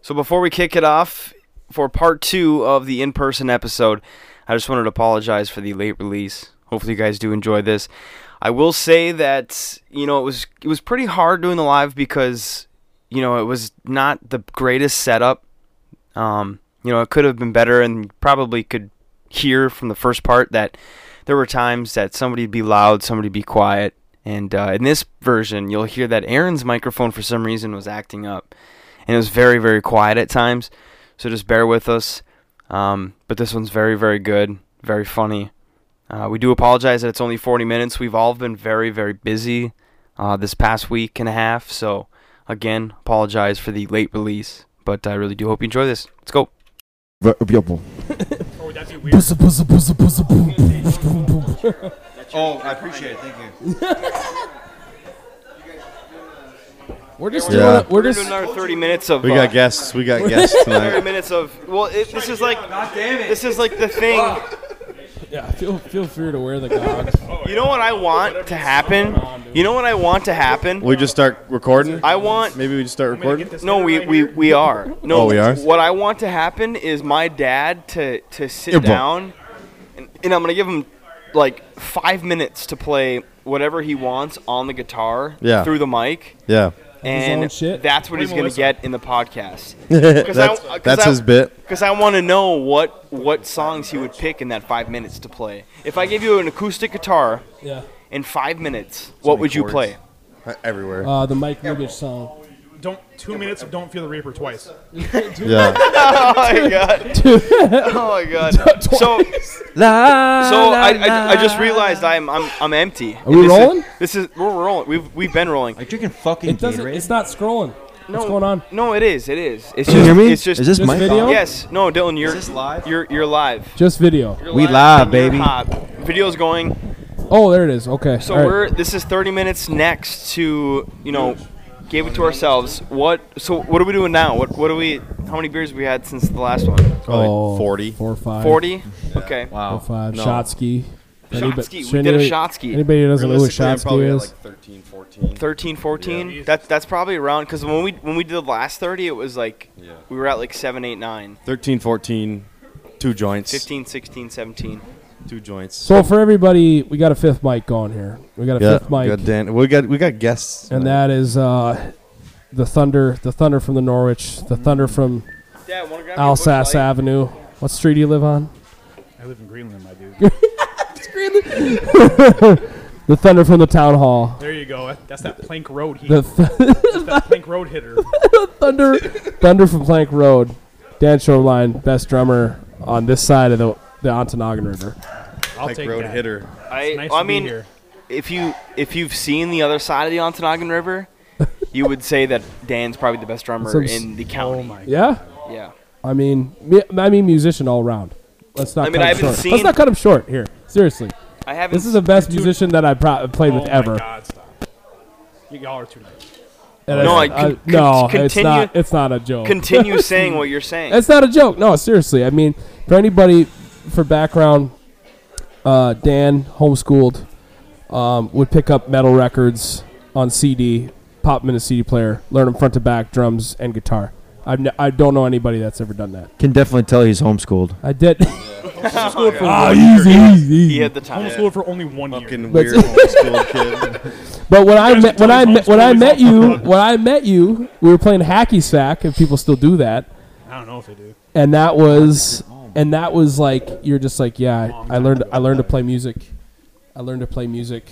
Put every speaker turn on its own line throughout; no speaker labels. So before we kick it off for part two of the in-person episode, I just wanted to apologize for the late release. Hopefully you guys do enjoy this. I will say that you know it was it was pretty hard doing the live because you know it was not the greatest setup. Um, you know it could have been better, and you probably could hear from the first part that there were times that somebody'd be loud, somebody'd be quiet, and uh, in this version you'll hear that Aaron's microphone for some reason was acting up, and it was very very quiet at times. So just bear with us. Um, but this one's very very good, very funny. Uh, we do apologize that it's only 40 minutes. We've all been very, very busy uh, this past week and a half. So, again, apologize for the late release. But I really do hope you enjoy this. Let's go.
Oh, I appreciate it. Thank you.
We're just
Yeah.
doing it. We're
We're doing
just
another 30 minutes of.
We
uh,
got guests. We got guests
30
tonight.
minutes of. Well, it, this is like. This is like the thing.
yeah. Feel feel free to wear the goggles.
You know what I want to happen? You know what I want to happen?
We just start recording.
I want.
Maybe we just start recording.
No, we, we, we are. No,
Oh, we are?
What I want to happen is my dad to, to sit
Yeah, bro.
down, and, and I'm gonna give him like five minutes to play whatever he wants on the guitar
Yeah.
through the mic,
Yeah,
and
own shit?
that's what he's gonna get in the podcast.
that's
I- 'cause
that's
I-
his bit.
Because I want to know what what songs he would pick in that five minutes to play. If I gave you an acoustic guitar
Yeah.
in five minutes, what would you
chords.
play?
Everywhere.
Uh, the Mike Nugent song.
Don't two minutes of don't feel the reaper twice.
Yeah.
Oh my god! oh my god! So. So I, I, I just realized I'm I'm I'm empty. Are
we rolling?
this is we're rolling. We've we've been rolling.
Like drinking fucking
It doesn't. It's not scrolling. What's going on?
No, it is. It is. It's
you
just,
hear me?
It's just
Is this
Just
my
video?
phone?
Yes. No, Dylan, you're
this live?
You're you're live.
Just video.
You're
We live,
and you're
baby.
hot. Video's going.
Oh, there it is. Okay.
So
all right.
we're this is 30 minutes next to you know, gave it to ourselves. What so what are we doing now? What what are we? How many beers we had since the last one?
Probably
Oh,
40.
four or five,
40. Okay.
four or
Wow.
five.
No.
Shot ski. Anybody-
ski. We
so
did a
anybody-
shot ski.
Anybody who doesn't know what
Realistically, I'm
shot ski
probably at
is?
like 13, 14.
13 14 that's that's probably around because when we when we did the last 30 it was like
Yeah.
we were at like 7 8 9
13, 14. Two joints.
15 16 17
Two joints.
so for everybody, we got a fifth mic going here. We got a
Yeah.
fifth mic,
Good Dan. We got we got guests.
and
tonight.
that is uh, the thunder. The thunder from the Norwich. The thunder from
Dad, wanna grab me a Busch
Alsace
Light?
Avenue. What street do you live on?
I live in Greenland, my dude.
The thunder from the town hall.
There you go. That's that plank road heat.
The th-
That's that plank road hitter.
Thunder, Thunder from Plank Road, Dan Shoreline, best drummer on this side of the the Ontonagon River.
I'll
like
take
road
that.
hitter.
I,
Nice
well, I
to be
mean
here.
if you if you've seen the other side of the Ontonagon River you would say that Dan's probably the best drummer
Some s-
in the
Oh
county
my. God.
Yeah,
yeah
I mean, me- I mean, musician all around. Let's not.
I mean,
cut
I
him
haven't
short.
seen-
Let's not cut him short here. Seriously,
I haven't
this is the best
dude,
musician that I pro- played
Oh
with
my
ever.
God, stop. Y- Y'all are too nice.
And
No,
I,
I con-
no,
con-
it's
continue-
not. It's not a joke.
continue saying what you're saying
It's not a joke. No, seriously. I mean, for anybody, for background, uh, Dan, homeschooled, um, would pick up metal records on CD, pop them in a CD player, learn them front to back, drums and guitar. I've n- I don't know anybody that's ever done that.
Can definitely tell he's homeschooled.
I did.
Homeschooled for,
Ah, easy, easy,
he
easy.
had the time
homeschooled for only one year.
Fucking weird homeschooled kid.
But when I met when
can tell
I
he's
met when I
homeschooled,
met
he's
you
homeschooled.
when I met you, we were playing hacky sack, if people still do that.
I don't know if they do.
and that was and that was like you're just like yeah I, I learned I learned to play music I learned to play music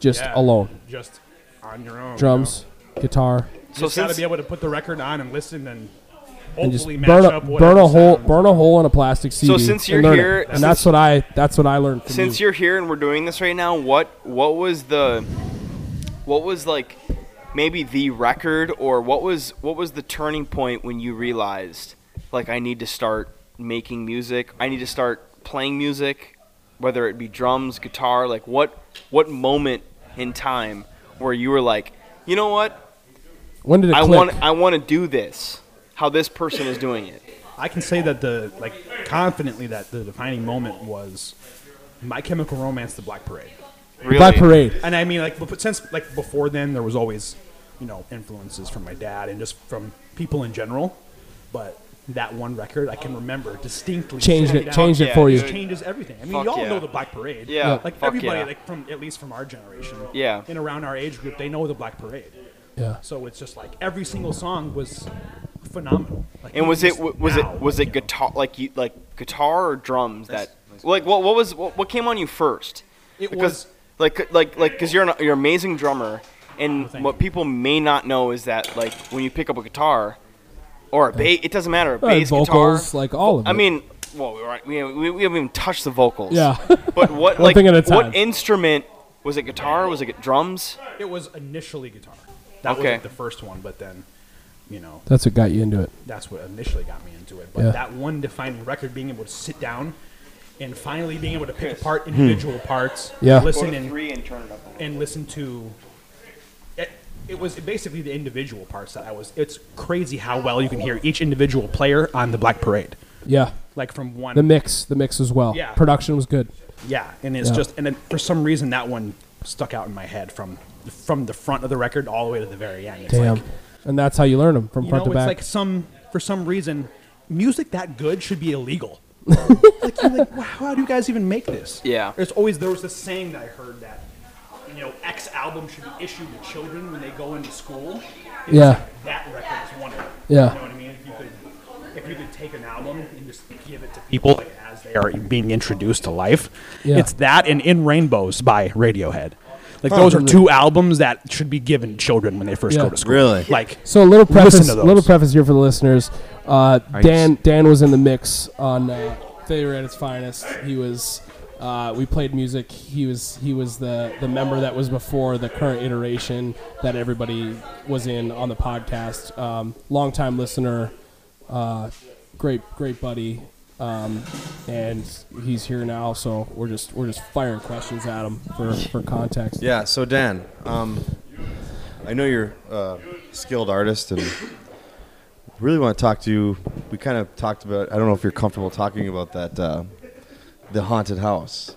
just
Yeah.
alone
Just on your own.
drums guitar
so
You know? got to
since
be able to put the record on and listen and
and just
hopefully match
burn a
up whatever
burn a hole
sound.
burn a hole in a plastic CD
since
and
you're
learn it.
here-
and that's what I that's what I learned from
since
you.
you're here and we're doing this right now, what what was the what was like maybe the record or what was what was the turning point when you realized like I need to start making music, I need to start playing music, whether it be drums, guitar, like what what moment in time where you were like, you know what,
when did it
I
click
want I want to do this, how this person is doing it.
I can say that the like confidently that the defining moment was My Chemical Romance, The Black Parade.
Really?
Black Parade
And I mean, like, bef- since like before then, there was always you know, influences from my dad and just from people in general. But that one record I can remember distinctly.
Changed
sitting
it-
down.
changed
it for
Just
you.
changes everything. I mean,
Fuck
you all
yeah.
know the Black Parade.
Yeah, Yeah.
Like
fuck
everybody,
yeah.
like from at least from our generation.
Yeah.
And around our age group, they know the Black Parade.
Yeah.
So it's just like every single song was phenomenal. Like,
And was it
just
w- was
now,
it was
like,
it
you know.
guitar like you like guitar or drums that
That's-
like what what was what, what came on you first?
It
because,
was-
like like like because you're an, you're an amazing drummer, and
Oh, thank
what
you.
people may not know is that like when you pick up a guitar, or a bass, it doesn't matter a
Uh,
bass
vocals,
guitar.
like all of it.
I mean, well, we, were, we we we haven't even touched the vocals.
Yeah.
But what
One
like
thing at a time.
what instrument was it? Guitar? Was it gu- drums?
It was initially guitar. That was
Okay.
like the first one, but then, you know,
That's what got you into it.
that's what initially got me into it. But
Yeah.
that one defining record, being able to sit down and finally being able to pick apart individual parts,
Hmm. Yeah.
listen and,
and turn it up. A
and listen to. It, it was basically the individual parts that I was. It's crazy how well you can hear each individual player on the Black Parade,
Yeah.
like from one.
The mix, the mix as well.
Yeah.
Production was good.
Yeah, and it's
Yeah.
just and then for some reason that one stuck out in my head from from the front of the record all the way to the very end. It's
Damn.
Like,
and that's how you learn them from
you know,
front
it's
to back.
like some for some reason music that good should be illegal. like you're like, wow, how do you guys even make this?
Yeah.
There's always there was this saying that I heard that you know X album should be issued to children when they go into school. It's
Yeah.
like that record is one of them.
Yeah.
You know what I mean? If you could if you could take an album and just give it to people like, as they are being introduced to life,
Yeah.
it's that and In Rainbows by Radiohead. Like those are two albums that should be given to children when they first
Yeah.
go to school.
Really?
Like
So a little
Listen
preface,
to those.
little preface here for the listeners. Uh, Dan Dan was in the mix on uh, failure at its finest. He was. Uh, we played music. He was he was the, the member that was before the current iteration that everybody was in on the podcast. Um, longtime listener, uh, great great buddy, um, and he's here now. So we're just we're just firing questions at him for, for context.
Yeah. So Dan, um, I know you're a skilled artist, and really want to talk to you. We kind of talked about. I don't know if you're comfortable talking about that, uh, the haunted house.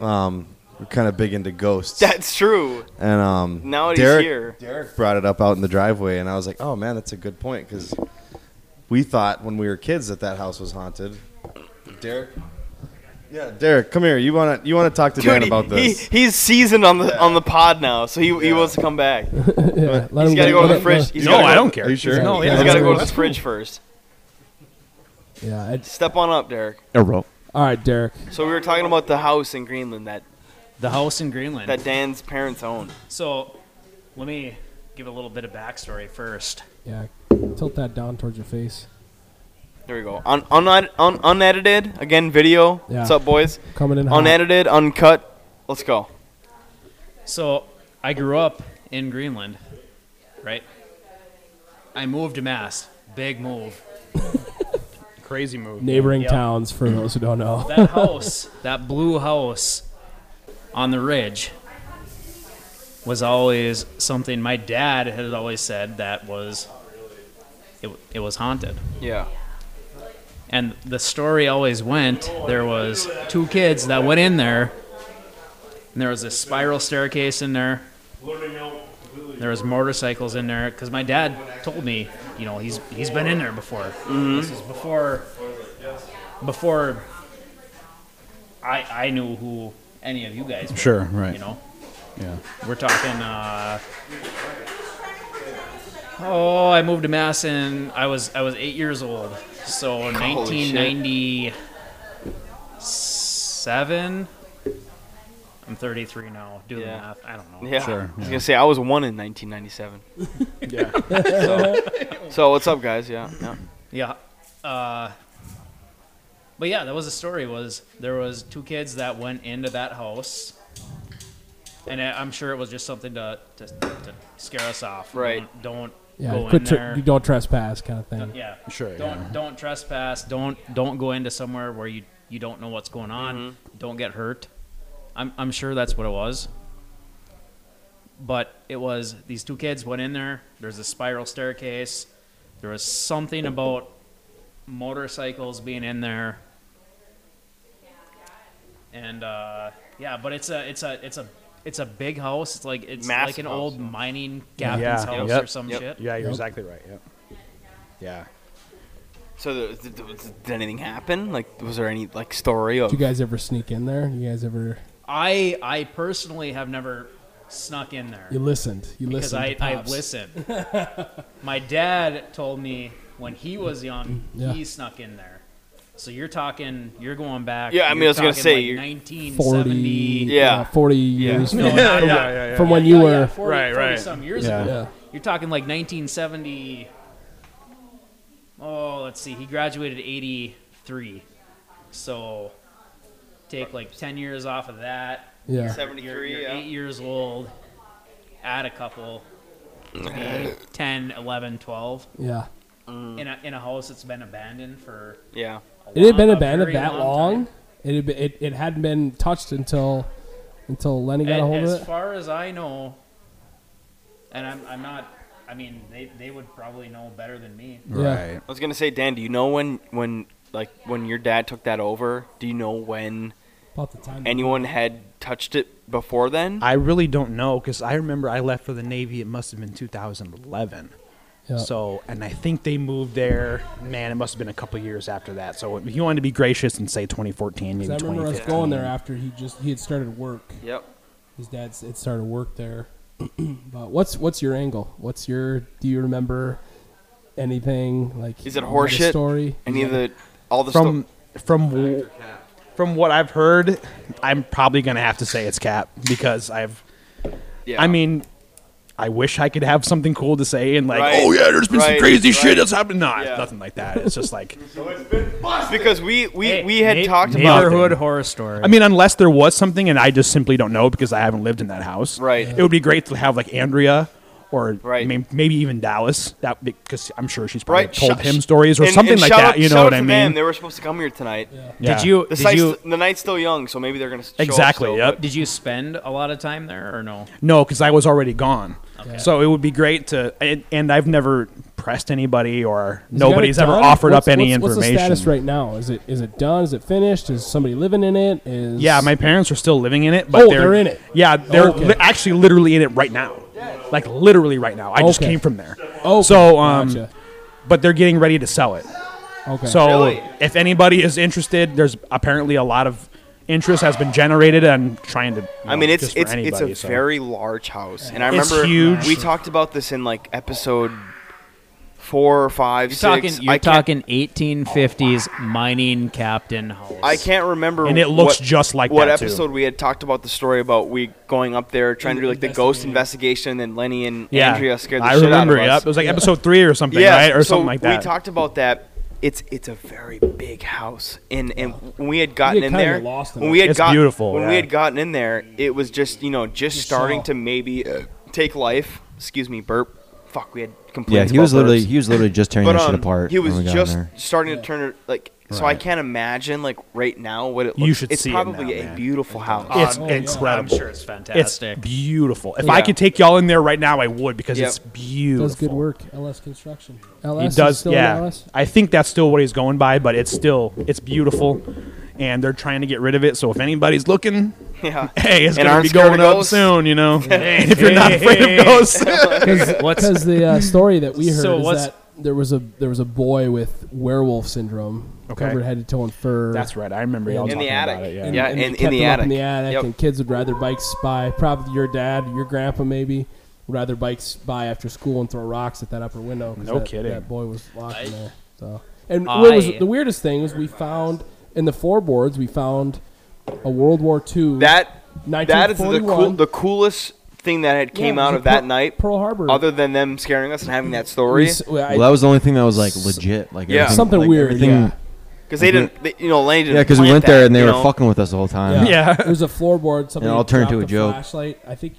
Um, we're kind of big into ghosts.
That's true.
and um,
Now it is
Derek,
here.
Derek brought it up out in the driveway, and I was like, "Oh man, that's a good point," because we thought when we were kids that that house was haunted. Derek. Yeah, Derek, come here. You wanna you wanna talk to Dan
Dude, he-
about this?
He, he's seasoned on the
Yeah.
on the pod now, so he, he
Yeah.
wants to come back.
Yeah, let
He's got to go to
let
the fridge. He's
You
No,
gotta
I
go-
don't care.
Are you sure?
No, yeah,
He's
that's
got to go
cool.
to the
That's
fridge first.
Yeah. I-
Step on up, Derek.
A rope.
all right, Derek.
So we were talking about the house in Greenland that
The house in Greenland.
that Dan's parents own.
so, let me give a little bit of backstory first.
Yeah, tilt that down towards your face.
There we go. Un, uned- un, unedited again, video.
Yeah.
What's up, boys?
Uh-huh.
Coming in hot.
Unedited, uncut. Let's go.
So, I grew up in Greenland, right? I moved to Mass. Big move. Crazy move.
Neighboring
Yep.
towns, for those who don't know.
That house, that blue house on the ridge, was always something my dad had always said that was it, it was haunted.
Yeah.
And the story always went there was two kids that went in there, and there was a spiral staircase in there. There was motorcycles in there because my dad told me, you know, he's he's been in there before. This is before before I I knew who any of you guys were.
Sure, right.
You know,
Yeah.
we're talking. Uh, oh, I moved to Mass and I was I was eight years old, so
Holy shit.
1997. I'm 33 now. Do the
Yeah.
math. I don't know.
Yeah.
Sure,
I was
yeah.
gonna say I was one in 1997.
Yeah.
So what's up, guys? Yeah. yeah.
Yeah. Uh, but yeah, that was the story. Was there was two kids that went into that house, and I- I'm sure it was just something to to, to scare us off.
Right.
Don't,
yeah,
go in
quit tr-
there.
you don't trespass, kind of thing.
yeah.
Sure,
Don't
yeah.
don't trespass. Don't don't go into somewhere where you you don't know what's going on.
Mm-hmm.
Don't get hurt. I'm I'm sure that's what it was. But it was these two kids went in there. There's a spiral staircase. There was something about motorcycles being in there. And uh, yeah, but it's a it's a it's a it's a big house. It's like it's
Massive
like an
house.
old mining captain's
Yeah.
house
Yep.
or some
Yep.
shit.
Yeah, you're
Yep.
exactly right. Yeah. Yeah.
So th- th- th- did anything happen? Like, was there any like story of?
Did you guys ever sneak in there? You guys ever?
I I personally have never snuck in there
You listened. You
because
listened.
I
to
I
Pops.
listen. My dad told me when he was young
Yeah.
he snuck in there. So you're talking, you're going back.
Yeah, I mean,
you're
I was gonna
talking
say,
like
you're-
1970.
Forty.
Yeah.
Forty years
No,
from,
Yeah,
not- not-
yeah, yeah.
from when you
yeah,
were.
yeah, 40,
Right,
40
right.
some years
Yeah.
ago.
Yeah.
You're talking like 1970. Oh, let's see. He graduated 83. So take like 10 years off of that.
Yeah.
You're,
73,
you're
yeah.
8 years old. Add a couple. to be 10, 11, 12.
Yeah.
In a, in a house that's been abandoned for
Yeah.
a
It had been
long- a
abandoned
very
that
long
long.
time.
It, had been, it it hadn't been touched until until Lenny got a
And
hold
as
of it.
far as I know, and I'm, I'm not, I mean, they, they would probably know better than me.
I
Yeah.
was gonna say, Dan, do you know when when like when your dad took that over? Do you know when
About the time.
anyone had touched it before then?
I really don't know because I remember I left for the Navy. It must have been 2011.
Yeah.
So, and I think they moved there. Man, it must have been a couple years after that. So, he wanted to be gracious and say 2014, maybe
I remember us
2015.
going there after he just he had started work.
Yep.
His dad had started work there. but what's what's your angle? What's your? Do you remember anything like?
Is it
you had a
horseshit?
story?
Any of the all the
From
stuff?
from w- from what I've heard, I'm probably gonna have to say it's Cap because I've.
Yeah.
I mean, I wish I could have something cool to say and like,
Right.
oh yeah, there's been
Right.
some crazy
Right.
shit that's happened. Nah,
Yeah.
nothing like that. It's just like
because we we
Hey,
we had
neigh-
talked about
neighborhood horror story.
I mean, unless there was something and I just simply don't know because I haven't lived in that house.
Right.
It would be great to have like Andrea or
Right.
I mean, maybe even Dallas. That because I'm sure she's probably
right
told
Sh-
him stories or
and-
something
and
like
shout
that.
out-
you
shout
know
out
what I
to
mean?
them. They were supposed to come here tonight.
Yeah.
Did you
The,
did
site's-
you
the night's still young, so maybe they're gonna show up
Exactly,
still,
yep.
but-
did you spend a lot of time there or no?
No, because I was already gone.
Okay.
So it would be great to, and, and I've never pressed anybody or
Is it got
nobody's
it
ever
done?
offered
What's-
up any
what's- What's
information.
the status right now? Is it is it done? Is it finished? Is somebody living in it? Is
Yeah, my parents are still living in it, but
Oh,
they're,
they're in it.
Yeah, they're
Okay.
li- actually literally in it right now. Like literally right now. I just
Okay.
came from there.
Okay,
So, um,
gotcha.
but they're getting ready to sell it.
okay.
So
Really?
if anybody is interested, there's apparently a lot of interest has been generated and trying to. you
I
know,
mean, it's
just for
it's it's
anybody,
a
so.
very large house, and I
It's
remember
huge.
we talked about this in like episode four or five,
You're
six.
talking you're
I can't- Oh,
talking 1850s mining captain house.
I can't remember.
And it looks
what-
just like
what
that, too.
episode we had talked about the story about we going up there trying to do like the ghost investigation, and then Lenny and
yeah.
Andrea scared the
I
shit
remember.
out of
Yep,
us.
it was like episode three or something,
yeah,
right, or
so
something like that.
We talked about that. It's it's a very big house, and and when we had gotten
get
in
kinda
there,
lost in
when
it.
we had
It's
gotten
beautiful,
when
yeah.
we had gotten in there, it was just you know just starting
saw.
to maybe uh, take life. Excuse me, burp. Fuck, we had
Yeah,
complaints.
he was
about
literally
burps.
he was literally just tearing
but
that shit
um,
apart.
he
when
was
we got in
just
there.
starting to turn it like. So I
Right.
can't imagine like right now what it looks.
You should
it's
see it now,
probably a
man.
beautiful house.
it's
Um, I'm
incredible.
sure it's
It's
fantastic.
beautiful. If
Yeah.
I could take y'all in there right now, I would because
Yep.
it's
Does
beautiful.
does good work. LS construction.
He
LS
does,
is still
yeah.
in LS.
I think that's still what he's going by, but it's still it's beautiful, and they're trying to get rid of it. So if anybody's looking,
yeah.
hey, it's
And
gonna
aren't
be
scared
going
of
up
ghosts?
soon, you know. And if you're not afraid of ghosts,
Because the uh, story that we heard
So
is
what's-
that there was a there was a boy with werewolf syndrome,
Okay.
covered head to toe and fur.
that's right. I remember y'all
In the
talking about
attic.
it. Yeah.
Yeah.
they
in- in
kept
the
them up in
attic.
the attic,
Yep.
and kids would ride their bikes by. Probably your dad, your grandpa, maybe would ride their bikes by after school and throw rocks at that upper window. 'cause
No
that,
kidding.
That boy was locked in there. So, and what was
I-
the weirdest thing was we found in the floorboards we found a World War II
That that is the
1941.
cool, the coolest thing that had
Yeah,
came
it was
out
a
of that
Pearl-
night,
Pearl Harbor.
other than them scaring us and having that
We
story,
s- well, I-
Well, that was the only thing that was like legit. Like
Yeah.
everything-
something
like,
weird.
everything-
Yeah.
because they didn't, they, you know, Lenny didn't.
Yeah, because we
plant
went there
that,
and they
you
were
know?
fucking with us the whole time.
Yeah.
Yeah.
It was a floorboard. Something
it all turned
dropped
to a joke.
Flashlight. I think.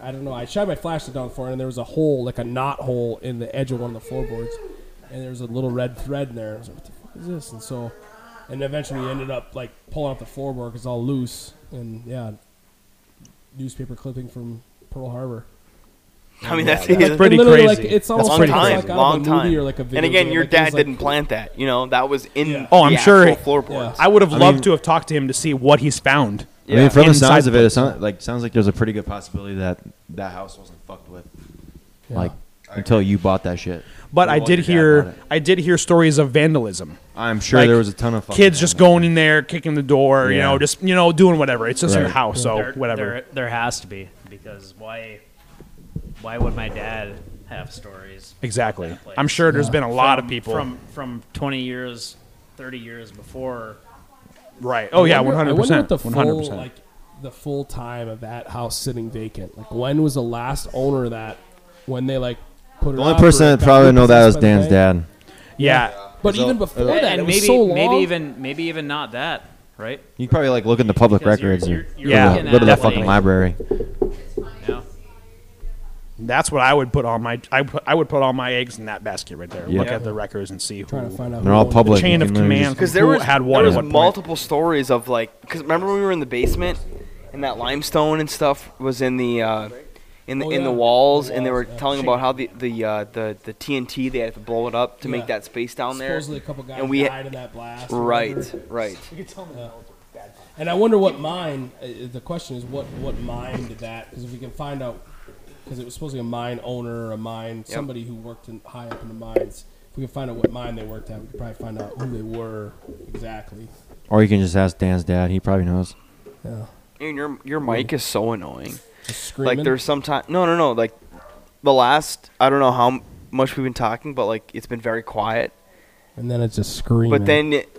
I don't know. I shined my flashlight down the floor, and there was a hole, like a knot hole, in the edge of one of the floorboards, and there was a little red thread in there. I was like, "What the fuck is this?" And so, and eventually, we ended up like pulling out the floorboard because all loose, and yeah, newspaper clipping from Pearl Harbor.
I mean, that's,
That's
that's
pretty
And literally,
crazy.
Like, it's almost
long
like
pretty
time,
it's like out of a
long
movie
time.
or like a video
and again,
game.
your
Like, it was
dad
like-
didn't plant that. You know, that was in.
Yeah.
Oh, I'm
the
sure-
actual Floorboards.
Yeah.
I would have
I
loved
mean-
to have talked to him to see what he's found.
I mean, from the
Inside
sounds of it, it
place.
sound, like sounds like there's a pretty good possibility that that house wasn't fucked with,
Yeah.
like until you bought that shit.
But
Or
I
while
did
your dad bought
hear
it.
I did hear stories of vandalism.
I'm sure
Like,
there was a ton of fucking
kids just going in there, kicking the door, you
Yeah.
know, just you know, doing whatever. It's just your
Right.
house, so
There-
whatever.
There, there has to be because why? Why would my dad have stories?
exactly.
That place.
I'm sure there's been a lot
From-
of people.
from from 20 years, 30 years before.
right. Oh yeah,
I wonder-
100.
I wonder
percent
what the full
100%.
like the full time of that house sitting vacant. Like when was the last owner of that when they like put it
The only
up or
person
it
that
got
probably know that is
repossessed by the
Dan's
bank?
dad.
yeah.
But even before that,
and
it was
maybe
so long.
maybe even maybe even not that right.
You probably like look in the public
'Cause you're-
records.
you're-
and
you're
go to the-
looking
go to the
at,
fucking
like-
library.
Yeah.
That's what I would put all my I, put, I would put all my eggs in that basket right there.
Yeah.
Look at the records and see
trying to
who.
find out.
They're
who
all
owned it.
public.
Chain
You
of
can literally
command.
just-
because there
Who
was
had what
at
there was
what point?
multiple stories of like because remember when we were in the basement and that limestone and stuff was in the uh, in the
Oh,
in the
yeah.
walls
The
and they were
walls, yeah.
telling about how the the uh, the the TNT they had to blow it up to
Yeah.
make that space down there
Supposedly a couple guys
and we
died in that blast. or
right
whatever.
right
And I wonder what mine. Uh, the question is what what mine did that? Because if we can find out, because it was supposedly a mine owner, or a mine somebody who worked in, high up in the mines. If we can find out what mine they worked at, we could probably find out who they were exactly.
Or you can just ask Dan's dad. He probably knows.
Yeah.
and your your mic is so annoying
Just screaming.
like there's sometimes no no no like the last I don't know how m- much we've been talking but like it's been very quiet
and then it's just screaming.
but then. It,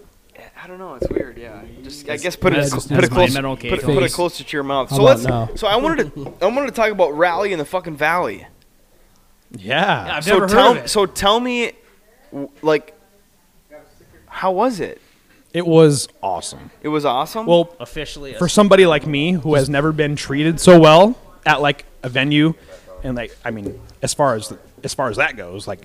I don't know. It's weird. Yeah. Just I guess put it
That's-
cl-
that's
put it
my
close
mental
put, it-
case.
put it
Face.
closer to your mouth.
How
so
about
let's.
now?
So I wanted to I wanted to talk about rally in the fucking valley.
Yeah.
I've
so
never
tell
heard of it.
so tell me, w- like, how was it?
It was awesome.
It was awesome.
Well,
officially a
for somebody like me who has never been treated so well at like a venue and like i mean as far as as far as that goes like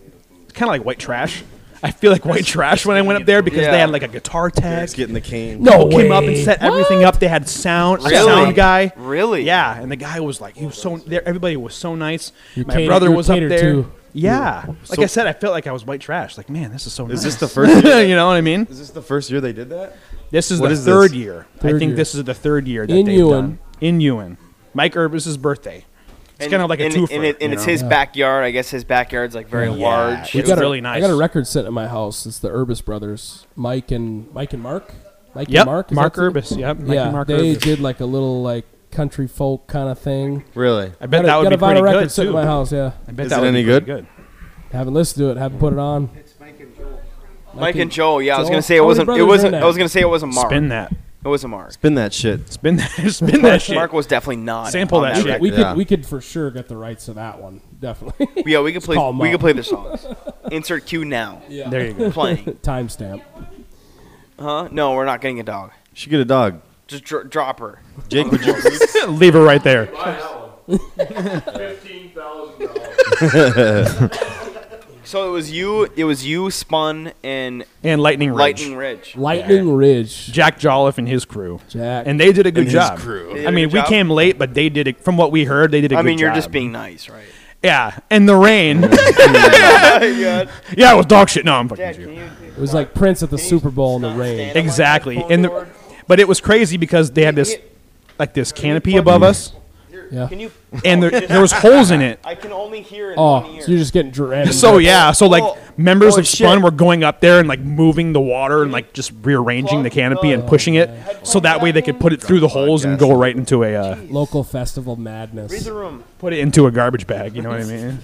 kind of like white trash i feel like white trash when i went up there because
Yeah.
they had like a guitar tag
Just getting the cane.
no came up and set everything up they had sound a
Really?
sound guy
Really?
yeah and the guy was like he was so there everybody was so nice
You
my
catered-
brother
you were
was up
catered
there
to.
yeah like
So-
i said i felt like i was white trash like man this is so
Is this
nice
the first? Year,
you know what i mean
is this the first year they did that?
this is
What
the
is
third
this?
year. I
Third
think
year.
this is the third year that
In
they've
Ewan.
done in Ewan. Mike Urbis's birthday. It's
And-
kind of like
and,
a twofer.
and, it, and
you
it's
know?
his backyard. I guess his backyard's like very
Yeah.
large.
We
It
got
was-
a- really nice.
I got a record set at my house. It's the Urbis brothers, Mike and Mike and Mark. Mike
Yep,
and Mark. is
Mark,
that the-
Urbis. Yep, Mike
yeah,
and Mark
they
Urbis.
did like a little like country folk kind of thing.
Really?
I bet
got a,
that would
got
be
a vinyl
pretty
record
good
set
too.
at my house. Yeah,
I bet
Is
that
it
would be
any
pretty
good?
good.
haven't listened to it. Haven't put it on.
Mike and Joe. Yeah, I was
Joe?
gonna say
How
it
many
wasn't. It
brothers are in
wasn't.
that?
I was gonna say it wasn't Mark.
Spin that.
It wasn't Mark.
Spin that shit.
Spin that. Spin that shit.
Mark was definitely not.
Sample
on
that shit.
record.
We
Yeah.
could we could for sure get the rights to that one. Definitely.
Yeah, we could play.
call 'em
We
up.
could play their songs. Insert cue now.
yeah.
There you go.
Playing.
Timestamp.
Huh? No, we're not getting a dog.
Should get a dog.
Just dr- drop her.
Jake, would you?
Leave her right there.
So it was you. It was you, Spun, and
And Lightning Ridge.
Lightning Ridge.
Lightning Ridge.
Jack Jolliffe and his crew.
Jack.
And they did a good
his
job.
crew.
They did
I
a
mean,
good
we
job.
came late, but they did it. From what we heard, they did a
I
good job.
mean, you're just being Oh nice, right?
Yeah, and the rain. yeah, it was dog shit. No, I'm fucking with you.
it was like Prince at the Super Bowl in the rain.
Exactly. And the, but it was crazy because they had this like this canopy above us
Yeah.
Can you?
and there, there was holes in it.
I can only hear in one
Oh,
ear.
so you're just getting drenched.
So yeah, so like
Oh.
members
Oh,
of Spun
shit.
were going up there and like moving the water and like just rearranging the canopy and pushing it so that way they could put it through the holes and go right into a uh,
local festival madness.
the room.
put it into a garbage bag, you know what I mean?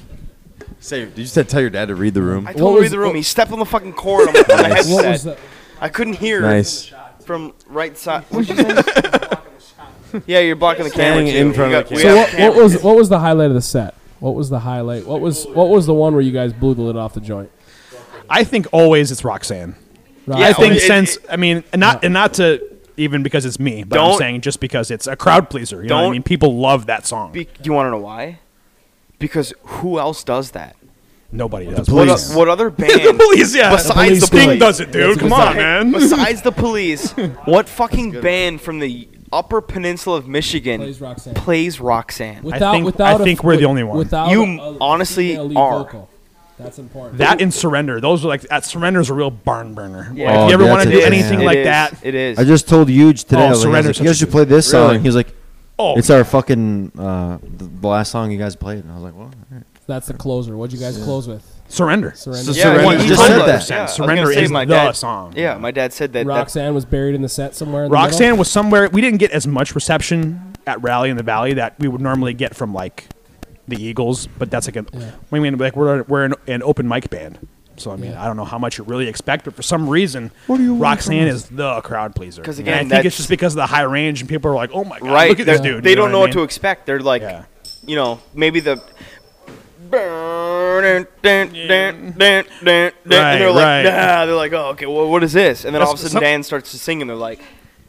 Say, did you say tell your dad to read the room?
I told
was-
him read the room. He stepped on the fucking cord. I'm like, on the
What was
headset.
that?
I couldn't hear.
Nice.
From right side. What'd you say? yeah, you're blocking the camera.
Standing in
too.
front
We
of the
got- we got
So what, what
cameras.
was what was the highlight of the set? What was the highlight? What was what was the one where you guys blew the lid off the joint?
I think always it's Roxanne.
Right.
I
Yeah,
think
it- it-
since I mean and not and not to even because it's me, but I'm
Don't-
saying just because it's a crowd pleaser, you know what I
Don't-
mean? People love that song.
Be- do you want to know why? Because who else does that?
Nobody does.
What, o- what other band?
the police, yeah.
Besides the
Sting
police.
does it, dude. Come on, man.
Besides the police, what fucking band from the Upper Peninsula of Michigan
Plays Roxanne.
plays Roxanne?
Without,
think-
without
I
a-
think we're the only one.
Without
You
a- a
honestly
female lead
are.
vocal. That's important.
That and surrender. Those are like that. Surrender's a real barn burner.
Yeah.
Like,
Oh,
if you ever
that's
want to
a
do
jam.
anything
It
like
is,
that,
It is.
I just told Huge today.
Oh,
I was like, I was
Surrender's
like, you
such a
guys should
good-
play this
Really?
song. He was like,
oh,
it's our fucking uh, the, the last song you guys played. And I was like, well, all right.
That's the closer. What'd you guys close with?
surrender.
Surrender.
Yeah, Surrender.
he- he
Just
told
said
us.
that.
Yeah, I was gonna
Surrender
say
is
my
the
dad-
song.
Yeah, my dad said that. that's-
Roxanne was buried in the set somewhere. In the middle?
Roxanne was somewhere. We didn't get as much reception at Rally in the Valley that we would normally get from like the Eagles, but that's like an,
Yeah.
we mean like we're we're an, an open mic band, so I mean
Yeah.
I don't know how much you really expect, but for some reason
What do you want
Roxanne
from
is the crowd pleaser.
'Cause
And
again,
I think
that's-
it's just because of the high range and people are like, oh my god,
right?
look at this
they're-
dude.
They
You
don't know
I
what to
mean?
expect. They're like,
Yeah.
you know, maybe the. And they're like,
right.
nah. They're like, oh, okay, well, what is this? And then all of a sudden,
That's- some-
Dan starts to sing, and they're like,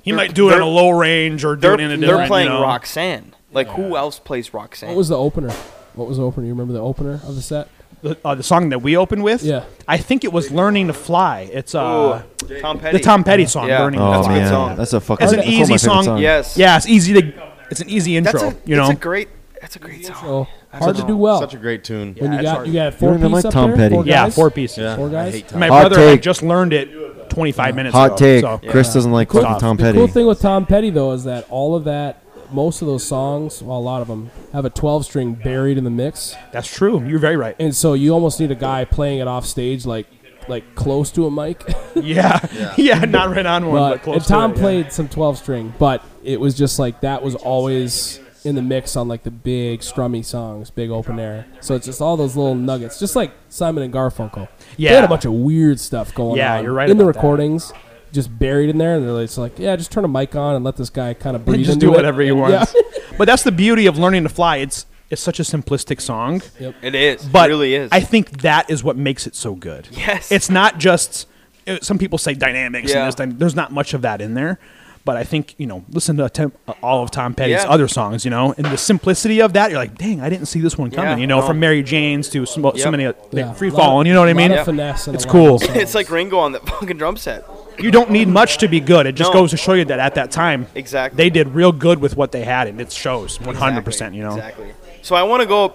He
They're-
might do it in
they're-
a low range or do
they're,
it in a different.
they're playing
you know.
Roxanne. Like, who else plays Roxanne?
What was the opener? What was the opener? You remember the opener of the set?
The, uh, the song that we opened with.
Yeah.
I think it was "Learning to Fly." It's uh,
Ooh, Tom Petty?
the Tom Petty song,
Yeah.
"Learning
Oh,
to
That's a
Fly."
good song.
That's a fucking.
It's an
that's one of my
easy
favorite
song.
songs.
Yes.
Yeah, it's easy to. It's an easy intro.
That's a,
you
that's
know,
a great. That's a great song.
So
I
hard
don't
to do
know.
well.
Such a great tune.
when you
it's
got
hard.
you got
You
four
don't even
piece
like
up
Tom
there.
Petty.
Four
yeah,
guys?
four pieces.
Yeah.
Four guys.
I hate Tom.
My
Hot
brother
take.
had just learned it 25 minutes
Hot
ago.
take.
So.
Chris doesn't like
Cool-
fucking Tom
the
Petty.
cool thing with Tom Petty though is that all of that, most of those songs, well, a lot of them have a 12 string buried in the mix,
That's true. You're very right.
and so you almost need a guy playing it off stage like like close to a mic.
Yeah. yeah. not right on one, but,
but
close
and
to
Tom
it, yeah.
played some 12 string, but it was just like that was always in the mix on like the big strummy songs, big open air. So it's just all those little nuggets, just like Simon and Garfunkel. they had
Yeah.
a bunch of weird stuff going
Yeah,
on.
you're right
in the
about that.
recordings. Just buried in there, and they're just like, "Yeah, just turn a mic on and let this guy kind of breathe
And just
into
do
it."
whatever he
Yeah.
wants. but that's the beauty of learning to fly. It's it's such a simplistic song,
It is.
but
it really is.
I think that is what makes it so good.
Yes.
It's not just uh, some people say dynamics
Yeah.
and this. Dyna- there's not much of that in there. But I think you know, listen to Tem- uh, all of Tom Petty's
Yeah.
other songs, you know, and the simplicity of that. You're like, dang, I didn't see this one coming.
Yeah,
you know,
no.
from Mary Jane's to so, so
Yep.
many, uh,
Yeah.
like free
Lot of-
falling. You know what I
lot
mean?
of finesse and
It's
a lot of
cool.
songs.
it's like Ringo on that fucking drum set.
You don't need much to be good. It just
No.
goes to show you that at that time,
Exactly.
they did real good with what they had, and it shows 100. percent You know,
Exactly. So I want to go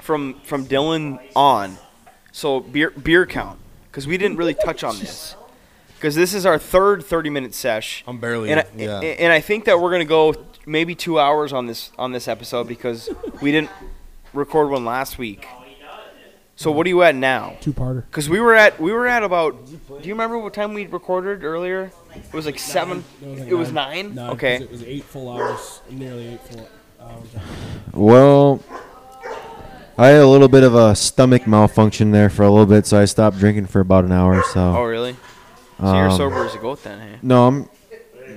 from from Dylan on. So beer beer count because we didn't really touch on this because this is our third 30 minute sesh.
I'm barely.
and I,
yeah.
and I think that we're gonna go maybe two hours on this on this episode because we didn't record one last week. So what are you at now?
Two-parter.
Because we were at we were at about. Do you remember what time we recorded earlier? It was like seven. It was nine.
No,
Okay.
It was eight full hours, nearly eight full hours.
Well, I had a little bit of a stomach malfunction there for a little bit, so I stopped drinking for about an hour.
Oh
So
really? So you're
Um,
sober as a goat then, hey?
no, I'm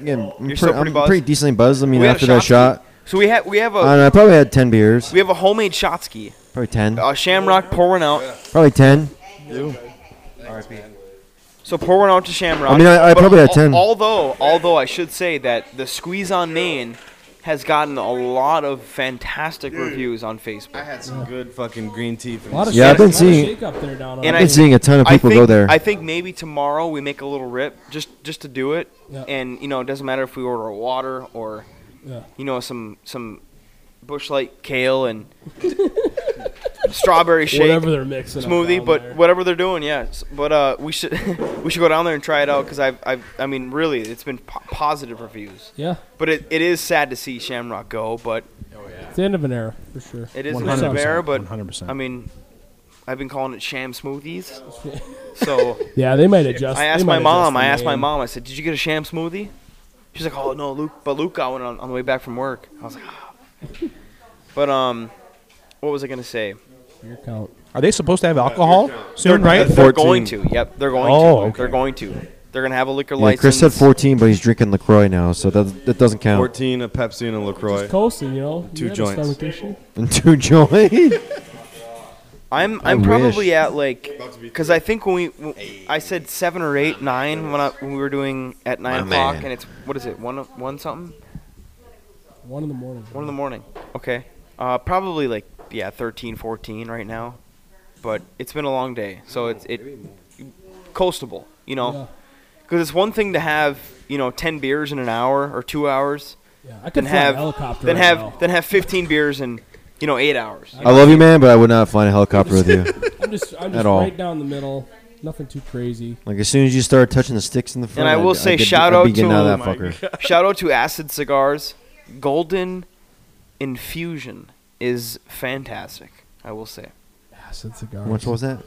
again, I'm,
You're
pre-
still pretty
I'm
buzzed?
pretty decently buzzed. I mean,
We had a
after that
shot
shot,
So we have we have a
I, don't know, I probably had ten beers,
we Uh, have a homemade shotski,
probably ten,
a Shamrock pour one out.
probably ten.
So pour one out to Shamrock.
I mean, I- I
But
probably had
al-
10.
Although, although I should say that the Squeeze on Maine has gotten a lot of fantastic reviews on
I
Facebook.
had some good fucking green tea. From
A lot of
Yeah, I've
shake-
been
a lot of
seeing-
shake up there down on
And
I've been
the-
seeing a ton of
I
people
think,
go there.
I think maybe tomorrow we make a little rip just just to do it,
Yeah.
and you know it doesn't matter if we order a water or
Yeah.
you know some some bushlight kale and strawberry shake.
whatever they're mixing up
smoothie,
down
but
there.
whatever they're doing, yeah. S- But uh, we should we should go down there and try it out because I've, I've I mean really it's been po- positive reviews.
yeah,
But it, it is sad to see Shamrock go, but
it's the end of an era for sure.
it is
100%,
a bear. But
100%.
I mean, I've been calling it Sham Smoothies. So
Yeah, they might adjust.
I
they
asked my
might adjust
mom.
the
I asked my
name.
mom. I said, "Did you get a Sham Smoothie?" She's like, "Oh no, Luke, but Luke got one on, on the way back from work." I was like, "Ah." "But um, what was I gonna say?"
Your count.
are they supposed to have alcohol soon? Right?
They're
14.
going to. Yep, they're going
Oh,
to.
okay.
They're going to. They're gonna have a liquor
yeah,
license.
Chris said fourteen, but he's drinking Lacroix now, so that that doesn't count.
Fourteen, a Pepsi, and a Lacroix.
Coasting, you know,
Two
You had a
joints.
stomach issue.
And two joints.
I'm I'm
wish.
probably at like because I think when we when- I said seven or eight nine when I when we were doing at nine
My
o'clock
man.
and it's what is it one o- one something
One in the morning.
one in the morning okay uh probably like yeah 13 14 right now but it's been a long day so it's it coastable you know
Yeah.
because it's one thing to have you know 10 beers in an hour or two hours
Yeah, I could
then
fly
have
a helicopter.
then
right
have
now.
then have 15 beers in you know, eight hours.
I love you, man, but I would not fly in a helicopter with you.
I'm just, I'm
At
just
all.
right down the middle. Nothing too crazy.
Like as soon as you start touching the sticks in the front,
I will
I'd-
say
I'd get-
shout
I'd
out
be getting
to-
out
oh
of that
my
fucker.
Shout out to Acid Cigars. Golden Infusion is fantastic. I will say.
Acid cigars.
How much was that?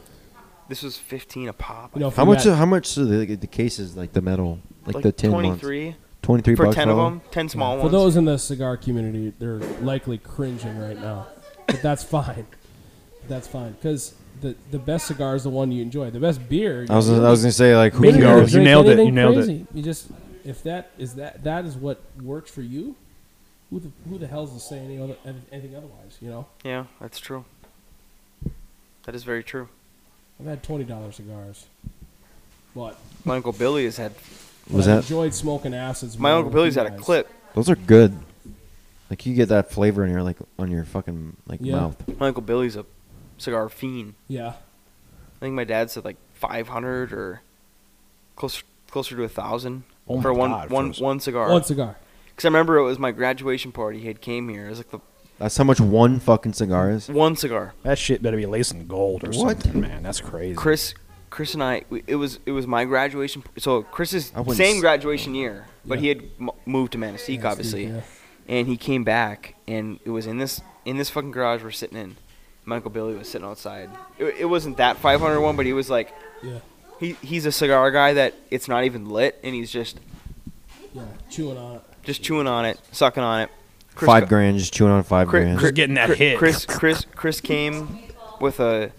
This was 15 a pop.
You know,
How
from
much?
that-
How much? So the, the cases, like the metal, like,
like
the tin ones.
23
Twenty-three
for
bucks
10 of
all?
them, 10 small
For
ones.
those in the cigar community, they're likely cringing right now, but that's fine. That's fine because the the best cigar is the one you enjoy. The best beer.
I was, I was gonna say like who
Maybe
Bingo.
cares?
drink
You nailed it,
anything
you nailed it.
crazy. You just if that is that that is what works for you. Who the who the hell's to say any other, anything otherwise? You know,
Yeah, that's true. That is very true.
I've had twenty dollar cigars, but
My uncle Billy has had
Was
I
that?
enjoyed smoking acids.
my
more
uncle
with
Billy's
you
had a
guys.
clip.
Those are good. Like you get that flavor in your like on your fucking like
Yeah.
mouth.
My uncle Billy's a cigar fiend.
Yeah,
I think my dad said like 500 or closer closer to a thousand
Oh
for
my
one
God,
one-
Frozen.
one cigar.
one cigar.
Because I remember it was my graduation party. He had came here. It was like the
That's how much one fucking cigar is.
one cigar.
That shit better be laced in gold or
What?
something, man. That's crazy.
Chris, Chris and I. we- It was it was my graduation. p- So Chris's
I wouldn't
same
s-
graduation year, but
Yeah.
he had m- moved to Manistee,
Yeah,
obviously.
yeah.
And he came back, and it was in this in this fucking garage we're sitting in. Michael Billy was sitting outside. It, it wasn't that 500 one, but he was like,
Yeah.
he he's a cigar guy that it's not even lit, and he's just
Yeah, chewing on it.
just chewing on it, sucking on it. Chris
Five
go-
grand, just chewing on five
Chris-
grand.
Just getting that
Chris,
hit.
Chris Chris Chris came with a.